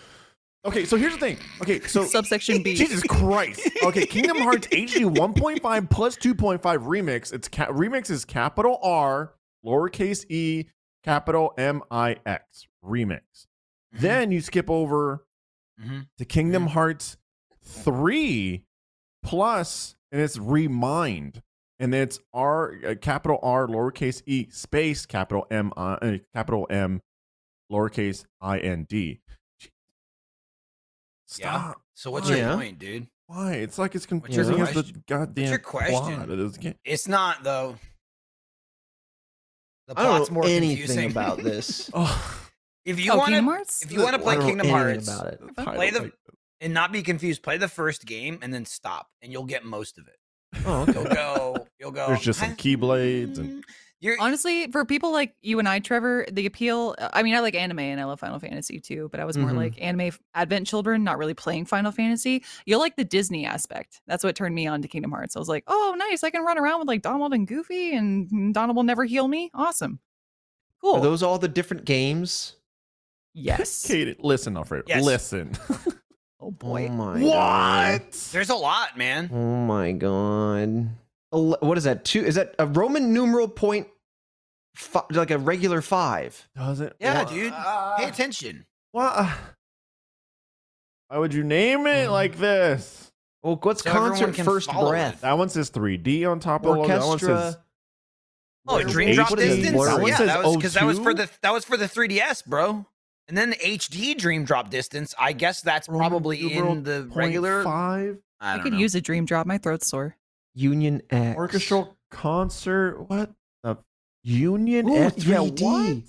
Okay, so here's the thing. Okay, [laughs] so Subsection B. Jesus Christ. Okay, Kingdom Hearts HD 1.5 plus 2.5 remix. It's ca- remix is capital R, lowercase e, capital M I X remix. Mm-hmm. Then you skip over hmm to Kingdom Hearts 3 plus and it's remind and it's R uh, capital R lowercase e space capital M I uh, capital M lowercase I N D. Stop. So what's Oh, Yeah. your point, dude? Why? It's like it's What's your confusing as the question? goddamn your question? plot of this game. It's not though. The I don't plot's know more anything confusing [laughs] about this. Oh, If you Oh, want Kingdom to, Hearts? if you want to play I don't know Kingdom Hearts anything about it. [laughs] the Play title, the- like- and not be confused, play the first game and then stop, and you'll get most of it. Oh, You'll okay. go. [laughs] You'll go. There's just some "Huh, keyblades and- mm." You're, Honestly, for people like you and I, Trevor, the appeal uh, I mean, I like anime and I love Final Fantasy too, but I was more Mhm. Mm-hmm. like anime f- advent children, not really playing Final Fantasy. You'll like the Disney aspect. That's what turned me on to Kingdom Hearts. I was like, oh, nice. I can run around with like Donald and Goofy, and mm, Donald will never heal me. Awesome. Cool. [laughs] Are those all the different games? yes. Kate, listen, Alfredo. Yes. Listen. Oh, Mm, Oh [laughs] my god. what? there's a lot, man. Oh my god. Ele- What is that? Two? Is that a Roman numeral point? Fi- like a regular five? Doesn't. Yeah, wa- dude. Ah. Pay attention. Why? Why would you name Mm. it like this? Well, Oh, what's So everyone concert can first follow breath? That one says 3D on top of the logo. That one Orchestra. says Oh, What is Dream it? Drop What is it? Distance. Blur? One Yeah, says that was because that was for O2? the that was for the 3ds, bro. And then the HD Dream Drop Distance. I guess that's Roman probably numeral in the point regular. five I, I don't could know. use a dream drop. My throat's sore. Union X orchestral concert. What the Union? Ooh, X? Yeah, 3D. what?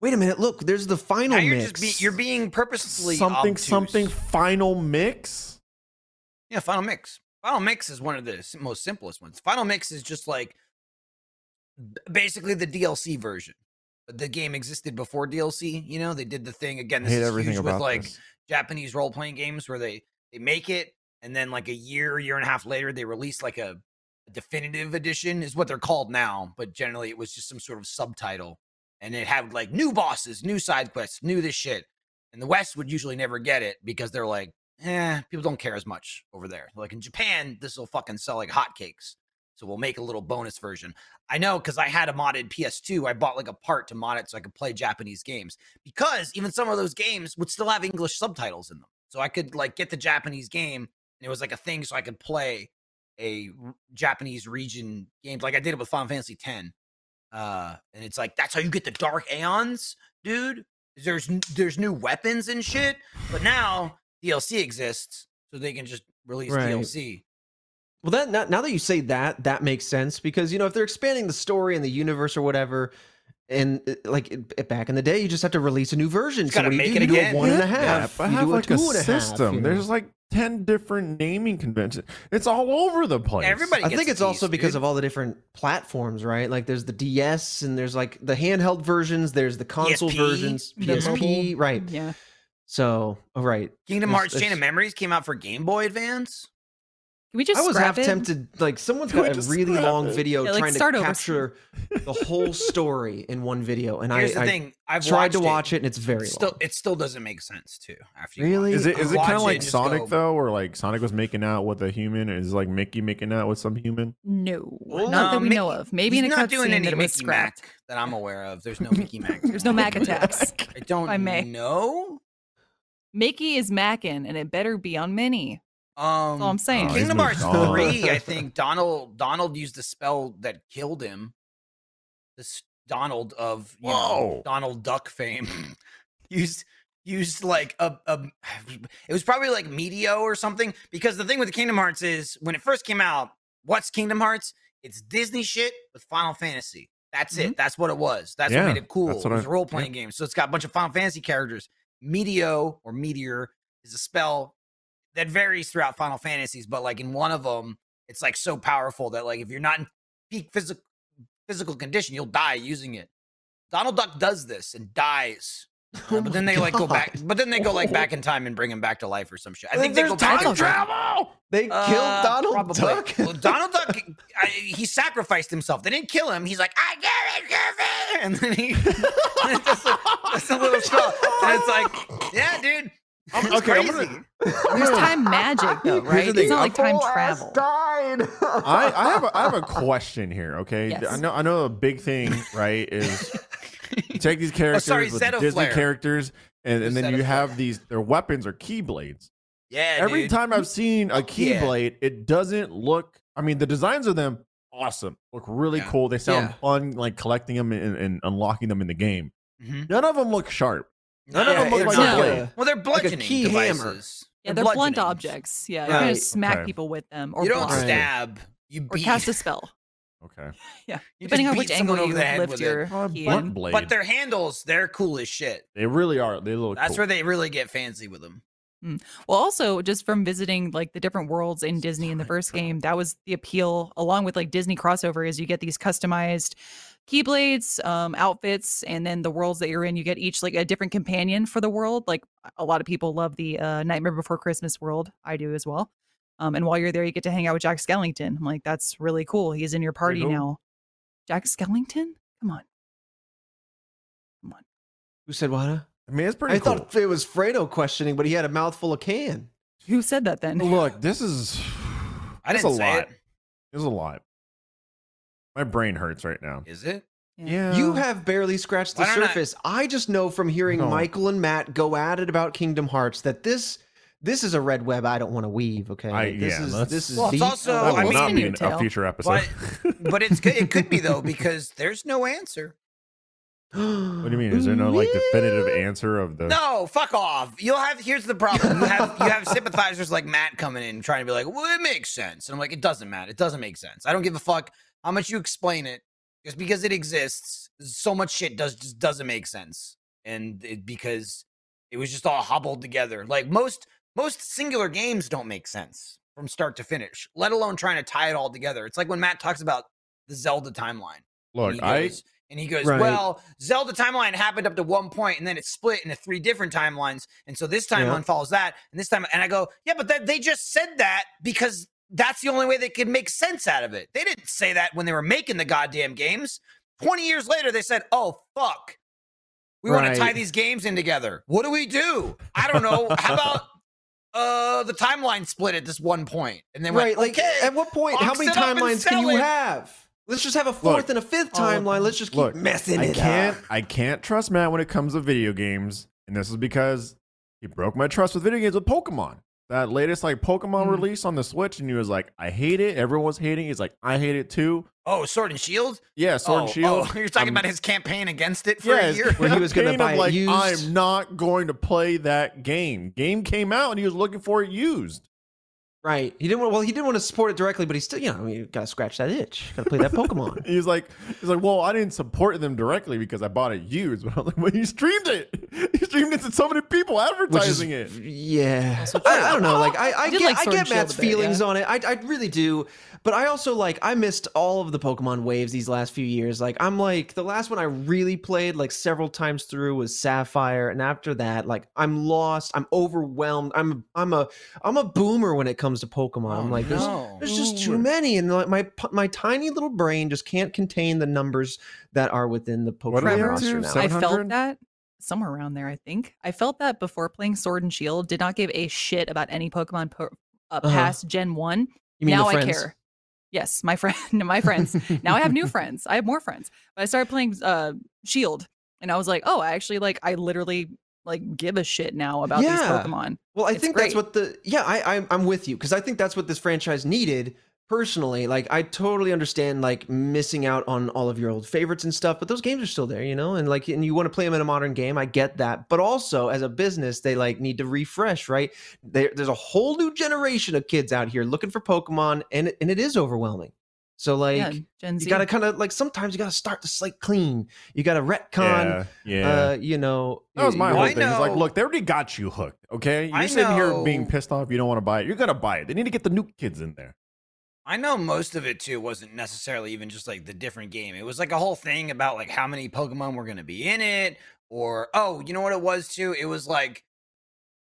Wait a minute. Look, there's the final Now you're mix. just be, you're being purposefully Something obtuse. something final mix. Yeah, Final Mix. Final Mix is one of the s- most simplest ones. Final Mix is just like b- basically the DLC version. But the game existed before DLC. You know, they did the thing again. I This hate is everything huge about with like this. Japanese role playing games where they they make it and then like a year, year and a half later, they release like a definitive edition is what they're called now. But generally, it was just some sort of subtitle, and it had like new bosses, new side quests, new this shit. And the West would usually never get it because they're like, eh, people don't care as much over there. Like in Japan, this will fucking sell like hotcakes. So we'll make a little bonus version. I know because I had a modded PS2. I bought like a part to mod it so I could play Japanese games because even some of those games would still have English subtitles in them. So I could like get the Japanese game and it was like a thing so I could play a r- Japanese region game like I did it with Final Fantasy 10. Uh and it's like that's how you get the Dark Aeons, dude. There's n- there's new weapons and shit, but now DLC exists so they can just release Right. DLC. Well, that now, now that you say that, that makes sense because you know if they're expanding the story and the universe or whatever, and uh, like it, it- back in the day, you just have to release a new version. Just so gotta what do make you it do? You do again. a one and a Yeah, half. but you have do like a a two and a half, you system. know? There's like ten different naming conventions. It's all over the place. Everybody I gets think a it's also piece, because dude. of all the different platforms, right? Like there's the DS and there's like the handheld versions, there's the console PSP, versions, the PSP, right? Yeah. So, all right. Kingdom It's- Hearts Chain of it's- Memories came out for Game Boy Advance. Can we just I was scrap half it? tempted like someone's Can we got a just really scrap long it? video Yeah, like, trying start to over. capture the whole story in one video and Here's I, the I thing: I've tried to watched watch it. and it's very still, long. it still doesn't make sense too. After Really? you watch Is it is it Watch kind of it like and just Sonic go- though, where like Sonic was making out with a human, and is like Mickey making out with some human? No, Well, not no, that we Mi- know of. Maybe he's in a not doing cutscene any that it was Mickey scrapped. [laughs] Mac that I'm aware of. There's no [laughs] Mickey Mac. There's no Mac attack. attacks. I don't I may. know. Mickey is Mackin, and it better be on Minnie. Um, That's all I'm saying. Oh, he's Kingdom moved Hearts on. [laughs] three, I think Donald Donald used the spell that killed him. This Donald of you know, Whoa. Donald Duck fame [laughs] used used like a, a [sighs] it was probably like Meteo or something because the thing with Kingdom Hearts is when it first came out, what's Kingdom Hearts? It's Disney shit with Final Fantasy. That's it. That's what it was. That's Mm-hmm. Yeah, what made it cool. that's It what was I- a role playing game. So it's got a bunch of Final Fantasy characters. Meteo or Meteor is a spell that varies throughout Final Fantasies, but like in one of them, it's like so powerful that like if you're not in peak physical physical condition, you'll die using it. Donald Duck does this and dies. uh, Oh but my then [laughs] they like go back, God. but then they go [laughs] like back in time and bring him back to life or some shit. I think they there's go back. time in time. travel. They Uh, killed Donald probably. Duck. Well, [laughs] Donald Duck, I, he sacrificed himself. They didn't kill him. He's like, I get it, Goofy!" [laughs] and then he that's, a, that's a little spell. And it's like, yeah, dude. I'm, It's okay, I'm crazy. gonna, There's time magic though, Here's right? the It's thing, not a like time full ass travel. Died. I, I have a, I have a question here. Okay, Yes. I know I know a big thing right [laughs] is you take these characters sorry, with Zeta Disney Flare. characters, and, and then Zeta you Flare. have these their weapons are keyblades. yeah, Every dude. time I've seen a Yeah. keyblade, it doesn't look. I mean, the designs of them awesome, look really Yeah. cool. They sound Yeah. fun, like collecting them and, and unlocking them in the game. Mhm. None of them look sharp. None Yeah, of them look it's like not a No. blade. Well, they're bludgeoning key hammer. devices. Yeah, they're blunt bludgeonings. objects. Yeah, you're gonna Right. smack Okay. people with them or you don't block Right. stab. You or beat. [laughs] cast a spell. Okay, you just Depending on beat which someone angle you over the head lift with your It. Oh, a key blunt in. blade. But their handles, they're cool as shit. they really are. They look. That's cool. where they really get fancy with them. Well, also just from visiting like the different worlds in Disney in the first game, that was the appeal, along with like Disney crossover, is you get these customized keyblades, um, outfits, and then the worlds that you're in, you get each like a different companion for the world. Like a lot of people love the uh, Nightmare Before Christmas world. I do as well. Um, and while you're there, you get to hang out with Jack Skellington. I'm like, that's really cool. He's in your party cool. now. Jack Skellington? Come on. Who said what? huh? I mean, it's pretty I cool. [laughs] thought it was Fredo questioning, but he had a mouthful of can. Who said that then? [laughs] Look, this is. I this didn't a say lot. This is a lot. My brain hurts right now. it. Is it? Yeah, You have barely scratched the Why don't I- surface. I just know from hearing No. Michael and Matt go at it about Kingdom Hearts that this this is a red web I don't want to weave. Okay, I- this yeah, is let's- this is Well, it's the- also- That will I not mean- be in a Tale. future episode. [laughs] But it's good. It could be though because there's no answer. what do you mean? Is there no like [laughs] definitive answer of the? No, fuck off. You'll have. Here's the problem. You have you have sympathizers like Matt coming in trying to be like, well, it makes sense, and I'm like, it doesn't, Matt. It doesn't make sense. I don't give a fuck how much you explain it. Just because it exists, so much shit does just doesn't make sense, and it, because it was just all hobbled together. Like most most singular games don't make sense from start to finish, let alone trying to tie it all together. It's like when Matt talks about the Zelda timeline. Look, and he I goes, and he goes, Right. well, Zelda timeline happened up to one point, and then it split into three different timelines, and so this timeline Yeah. follows that, and this time, and I go, yeah, but that, they just said that because that's the only way they could make sense out of it. They didn't say that when they were making the goddamn games. Twenty years later, they said, oh fuck, we want Right. to tie these games in together. What do we do? I don't know. How [laughs] about uh the timeline split at this one point, and then right? went, Like, okay, at what point? How box many it up and timelines can sell you it. oh, have? Let's just have a fourth Look, and a fifth all of timeline. them. Let's just keep Look, messing I it can't up. I can't trust Matt when it comes to video games, and this is because he broke my trust with video games with Pokemon. That latest like Pokemon Mm. release on the Switch, and he was like, "I hate it." Everyone was hating. He's like, "I hate it too." oh, Sword and Shield. Yeah, Sword and Oh, Shield. [laughs] Oh, [laughs] you're talking I'm- about his campaign against it for yeah, a his year. Where [laughs] he was gonna campaign of buy it like, used. I'm not going to play that game. Game came out, and he was looking for it used. Right? He didn't. Want, well, he didn't want to support it directly, but he still, you know, you gotta scratch that itch. Gotta [laughs] play that Pokemon. He's like, he's like, well, I didn't support them directly because I bought it used, [laughs] but I was like, well, you streamed it. [laughs] You streamed it to so many people advertising it. Yeah, Also I, true. I don't know. Like I, I, I did get, like I Sword get and Shield Matt's a bit, yeah. feelings on it. I, I really do. But I also like I missed all of the Pokemon waves these last few years. Like I'm like the last one I really played like several times through was Sapphire, and after that, like I'm lost. I'm overwhelmed. I'm I'm a I'm a boomer when it comes to Pokemon. Oh, I'm like there's there's just too many, and like my pu- my tiny little brain just can't contain the numbers that are within the What are Pokemon we up roster to? now. Seven- I felt 700? that somewhere around there. I think I felt that before playing Sword and Shield. Did not give a shit about any Pokemon po- uh, Uh-huh. past Gen One. you mean the now I friends? care. Yes, my friend, [laughs] my [laughs] friends. now I have new friends. I have more friends. But I started playing uh, Shield, and I was like, oh, I actually like. I literally like give a shit now about these Yeah. Pokemon. Well, I It's think that's great. what the yeah, I, I I'm with you because I think that's what this franchise needed personally. Like, I totally understand like missing out on all of your old favorites and stuff, but those games are still there, you know. And like, and you want to play them in a modern game. I get that, but also as a business, they like need to refresh, right? There, there's a whole new generation of kids out here looking for Pokemon, and it- and it is overwhelming. So like. yeah, Gen Z. You gotta kind of like sometimes you gotta start the slate clean. You gotta retcon, yeah, yeah. uh, you know. That was my your- whole I thing. It's like, know- look, they already got you hooked. Okay, you're I sitting here know- being pissed off. You don't want to buy it. You're gonna buy it. They need to get the new kids in there. I know most of it too wasn't necessarily even just like the different game. It was like a whole thing about like how many Pokemon were going to be in it, or oh, you know what it was too? It was like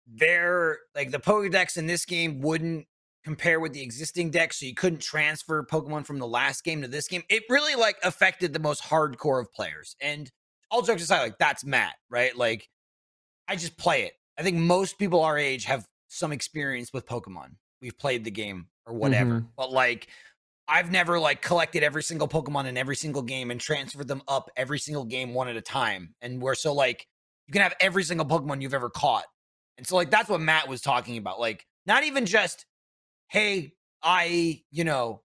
their like the Pokedex in this game wouldn't compare with the existing deck, so you couldn't transfer Pokemon from the last game to this game. It really like affected the most hardcore of players. And all jokes aside, like that's Matt, right? Like I just play it. I think most people our age have some experience with Pokemon. We've played the game or whatever. But like I've never like collected every single Pokemon in every single game and transferred them up every single game one at a time. And we're so like you can have every single Pokemon you've ever caught. And so like that's what Matt was talking about. Like not even just hey, I, you know,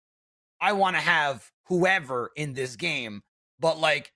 I want to have whoever in this game, but like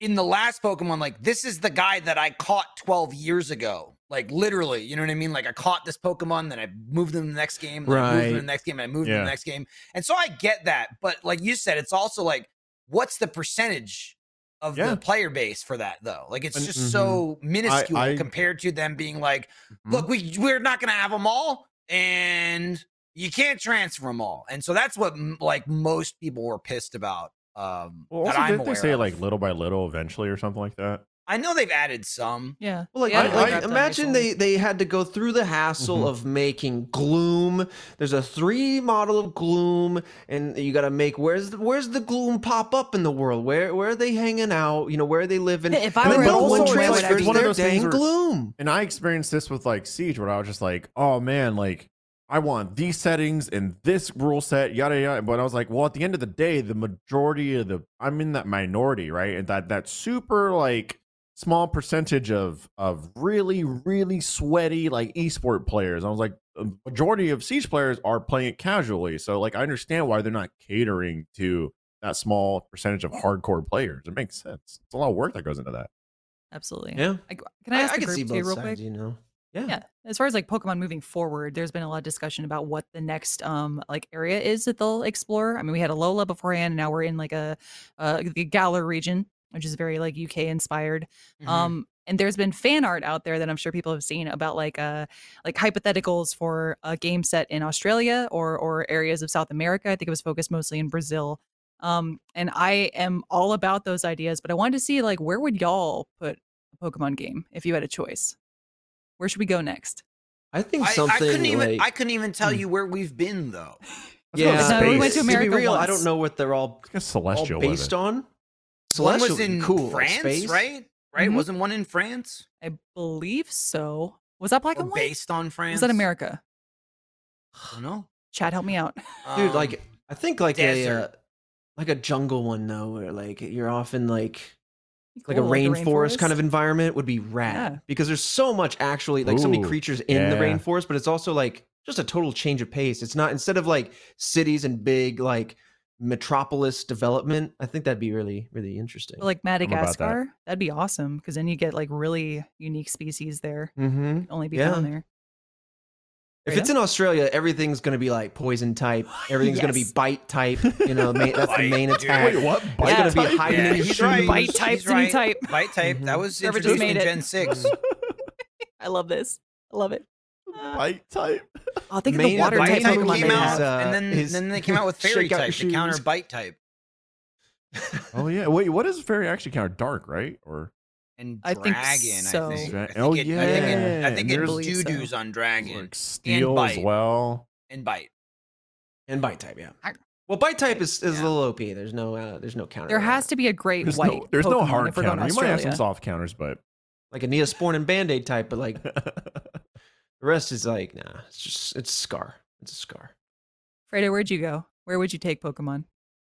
in the last Pokemon, like this is the guy that I caught 12 years ago. Like literally, you know what I mean? Like I caught this Pokemon, then I moved them to the next game, then I moved them to Right. the next game, and I moved them to Yeah. the next game. And so I get that, but like you said, it's also like, what's the percentage of Yeah. the player base for that though? Like it's And- mm-hmm. just so minuscule I- Mm-hmm. compared to them being like, look, we we're not gonna have them all, and you can't transfer them all. And so that's what m- like most people were pissed about. Um, Well, that also, I'm didn't they aware say of. like little by little, eventually, or something like that? I know they've added some. yeah. Well, like, Yeah, I- I- like, I've done imagine recently. they, they had to go through the hassle Mhm. of making Gloom. There's a three model of Gloom, and you got to make where's the, where's the Gloom pop up in the world? Where where are they hanging out? You know where are they living? If I and were then an no old one soul, I would transfers actually- One of their those things dang where- Gloom. And I experienced this with like Siege, where I was just like, oh man, like I want these settings and this rule set, yada yada. But I was like, well, at the end of the day, the majority of the I'm in that minority, right? And that that super like small percentage of of really really sweaty like esport players. I was like, the majority of Siege players are playing it casually, so like I understand why they're not catering to that small percentage of hardcore players. It makes sense. It's a lot of work that goes into that. Absolutely. Yeah, I, can I ask the can see group too, both real sides. quick? You know, yeah. Yeah. As far as like Pokemon moving forward, there's been a lot of discussion about what the next um like area is that they'll explore. I mean, we had Alola beforehand, and now we're in like a uh the Galar region, which is very like UK inspired. Mm-hmm. Um, and there's been fan art out there that I'm sure people have seen about like uh like hypotheticals for a game set in Australia or or areas of South America. I think it was focused mostly in Brazil. Um, and I am all about those ideas, but I wanted to see like where would y'all put a Pokemon game if you had a choice? Where should we go next? I think I, something I couldn't even like- I couldn't even tell Hmm. you where we've been though. Let's go to yeah, No, we went to space. America be real, I once. don't know what they're all, It's like a all celestial weather. based on. one Celestial was would be in cool, like France, space. Mm-hmm. right? Right? Mhm. Wasn't one in France? I believe so. Was that black Or and white? based on France? Was that America? No, Chad, help me out. [laughs] dude like i think like a uh, desert. like a jungle one though where like you're often like like Cool, a rainforest, kind of environment would be rad Yeah. because there's so much actually like so many Ooh, creatures in the yeah. rainforest but it's also like just a total change of pace it's not instead of like cities and big like metropolis development i think that'd be really really interesting But, like that. Madagascar, that'd be awesome because then you get like really unique species there. mm-hmm. can Only be Yeah. found there. if Right it's in australia everything's gonna be like [gasps] poison type everything's gonna be Yes. bite type you [laughs] know ma- that's the Bite, main dude. attack Wait, what? Bite it's gonna Yeah. be hiding Yeah, in he's shoes. right. Bite He's type, to right. type. Bite Um, type. That Mhm. was Trevor just introduced in made it. Gen 6. I love this. I love it. Uh, bite type. I think of the Main water bite type type Pokemon came they out have. uh, and then his- then they came [laughs] out with fairy Shake out type, your the counter shoes. bite type, [laughs] Oh yeah. Wait, what is fairy actually counter dark, right? Or and I dragon. think I so. think. Dra- I think oh, it, I think it, I yeah, think and it there's- was doo doos on dragon like steel as bite. well. and bite. And bite type, yeah. Ar- Well, bite type is, is Yeah. a little OP. There's no uh, there's no counter. There to has that. to be a great There's white. no, there's Pokemon no if hard we're going counter. You might have some Australia. soft counters, but [laughs] like a Neosporin and Band Aid type, [laughs] but like the rest is like nah. It's just it's scar. It's a scar. Fredo, where'd you go? Where would you take Pokemon?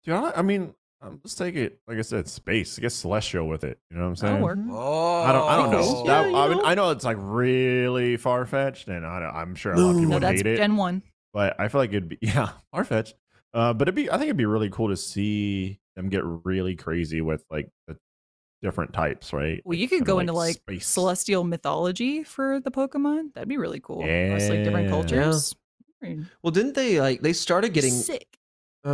dude, I, I mean, Um, let's take it, like I said, space. Get celestial with it. You know what I'm saying? That'll work. Oh, I don't. I don't know. Oh. That- Yeah, you I mean, know. I know it's like really far fetched, and I don't, I'm sure a lot of No. people No, would that's hate it. Gen One. but I feel like it'd be [laughs] yeah far fetched. Uh, but it'd be. I think it'd be really cool to see them get really crazy with like the different types, right? Well, you could kinda go into like space. celestial mythology for the Pokemon. That'd be really cool. Plus, like different Yeah. cultures. I mean, Well, didn't they like they started getting sick. uh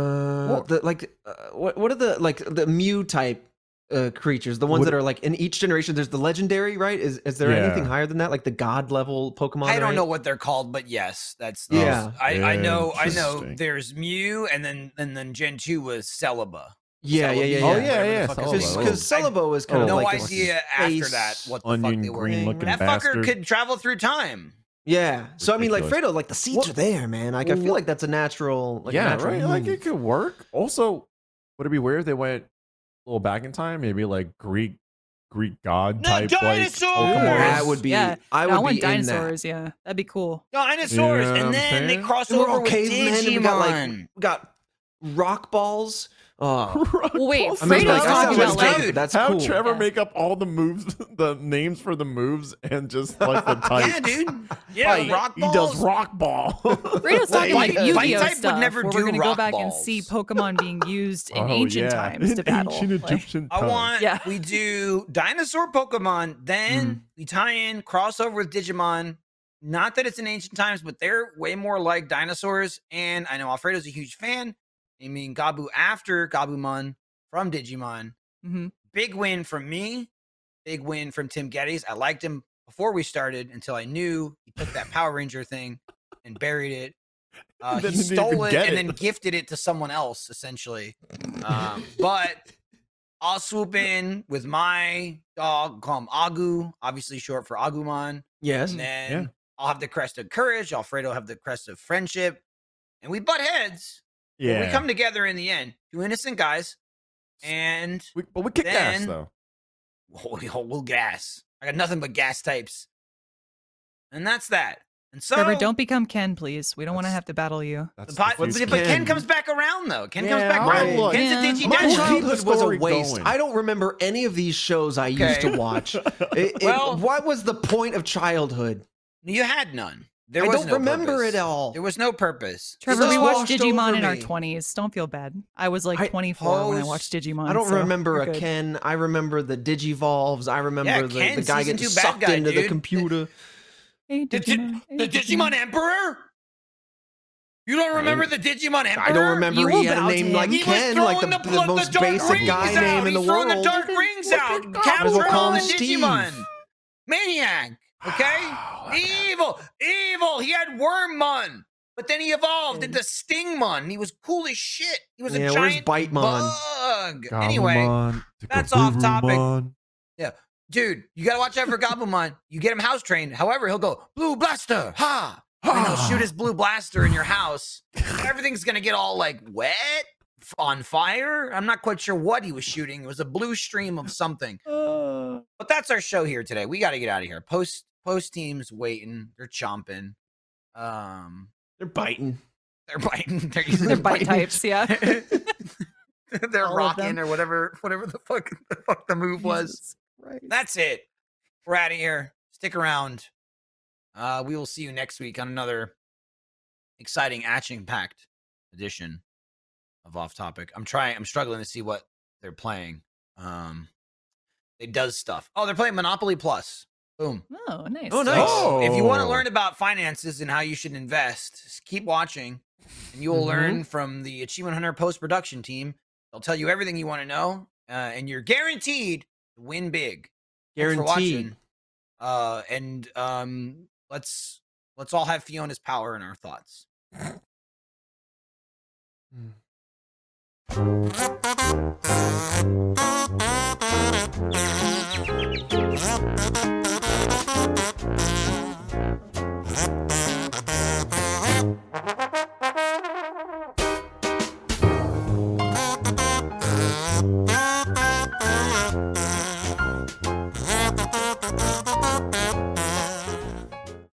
Or- the, like uh, what what are the like the Mew type uh creatures the ones What- that are like in each generation there's the legendary right is is there anything Yeah. higher than that like the god level Pokemon I don't right? know what they're called, but yes, that's the Yeah. I, I know I know Interesting. there's Mew and then and then Gen 2 was Celebi. yeah yeah Celebi, yeah yeah Oh, whatever the yeah, fuck yeah, his name Celebi. was. because I- Celebo was kind Oh, of no like a idea after space that what the fuck they onion were. green looking that bastard. fucker could travel through time. Yeah. So I mean, like Ridiculous. Fredo, like the seeds What- are there, man. Like I feel Wha- like that's a natural, like a yeah, natural right. Like move. it could work. Also, would it be weird if they went a little back in time? Maybe like Greek Greek god The type like dinosaurs! Pokemon? [laughs] that would be. Yeah. I I, would I want be in that. dinosaurs. Yeah, that'd be [laughs] cool. Dinosaurs, Yeah, I'm and then they saying. cross So we're over all with cavemen. And we Digimon. got like we got rock balls. Oh, Well, wait, Rock I mean, Balboa. Fredo's like, I talking sound about, like- stupid, that's Have cool. Trevor Yeah. make up all the moves, [laughs] the names for the moves, and just like the type. [laughs] yeah, dude. Yeah, Like, rock he balls. does rock ball. Fredo's talking Bite- like Bite Yu-Gi-Oh type would stuff. never where do we're gonna go rock back and balls. see Pokemon [laughs] being used [laughs] in Oh, ancient yeah. times In to battle. Ancient Like, Egyptian I times. want. Yeah. We do dinosaur Pokemon, then we tie in crossover with Digimon. Not that it's in ancient times, but they're way more like dinosaurs. And I know Alfredo's a huge fan. I mean, Gabu after Gabumon from Digimon. mhm. Big win from me. Big win from Tim Geddes. I liked him before we started until I knew he took that Power Ranger thing and buried it. Uh, he Didn't even stole it get and it. then gifted it to someone else, essentially. [laughs] Um, but I'll swoop in with my dog, call him Agu, obviously short for Agumon. yes. Mm, And then I'll have the crest of courage. Alfredo will have the crest of friendship. And we butt heads. yeah. But we come together in the end. Two innocent guys. And We- but we kick ass Then- though. holy ho- [laughs] we'll gas. I got nothing but gas types. And that's that. And so Trevor, don't become Ken, please. We don't want to That's- have to battle you. the That's pot- the but, future. but Ken Ken. comes back around though. Ken comes Yeah, back around. alright, look. Ken's a Yeah. digi My Keep the childhood was a story waste. going. I don't remember any of these shows I used to Okay. [laughs] watch. It- it- Well- what was the point of childhood? You had none. There I was don't no remember purpose. it all. There was no purpose. Trevor, we just watched washed Digimon over in our me. 20s. Don't feel bad. I was like I- 24 when I watched Digimon. I don't so remember we're a good. Ken. I remember the Digivolves. I remember Yeah, the, Ken, the guy season getting two bad sucked guy, into dude. the The- computer. Hey, The, Dig- Digimon. hey, [laughs] the Digimon Emperor? You don't remember the Digimon Emperor? I don't remember You he will had a bow to name him. like He Ken, was like throwing the, the, the blood, most the dark basic rings guy out. name in the He's throwing world. the dark rings out. Might as well Capture call all the him Steve. Digimon. Maniac. Okay? Oh, evil. Evil. He had Wormmon. But then he evolved into Stingmon. He was cool as shit. He was yeah, a where's giant Bitemon? bug. Anyway, that's off topic. dude, you gotta watch out for Gabumon. You get him house trained. However, he'll go, Blue Blaster. Ha! And then he'll shoot his blue blaster in your house. Everything's gonna get all like wet, f- on fire. I'm not quite sure what he was shooting. It was a blue stream of something. But that's our show here today. We gotta get out of here. Post post teams waiting. They're chomping. Um, [laughs] They're biting. they're biting. They're, [laughs] They're bite types, [laughs] [laughs] yeah. they're All of rocking them. or whatever, whatever the fuck the fuck the move was. Jesus Christ. That's it. We're out of here. Stick around. Uh, we will see you next week on another exciting action-packed edition of Off Topic. I'm trying. I'm struggling to see what they're playing. Um, it does stuff. Oh, they're playing Monopoly Plus. Boom. Oh, nice. Oh, nice. Like, If you want to learn about finances and how you should invest, s- keep watching, and you will Mhm. learn from the Achievement Hunter post production team. They'll tell you everything you want to know, uh, and you're guaranteed to win big. Thanks for Guaranteed. watching. Uh, and um, let's let's all have Fiona's power in our thoughts. Thank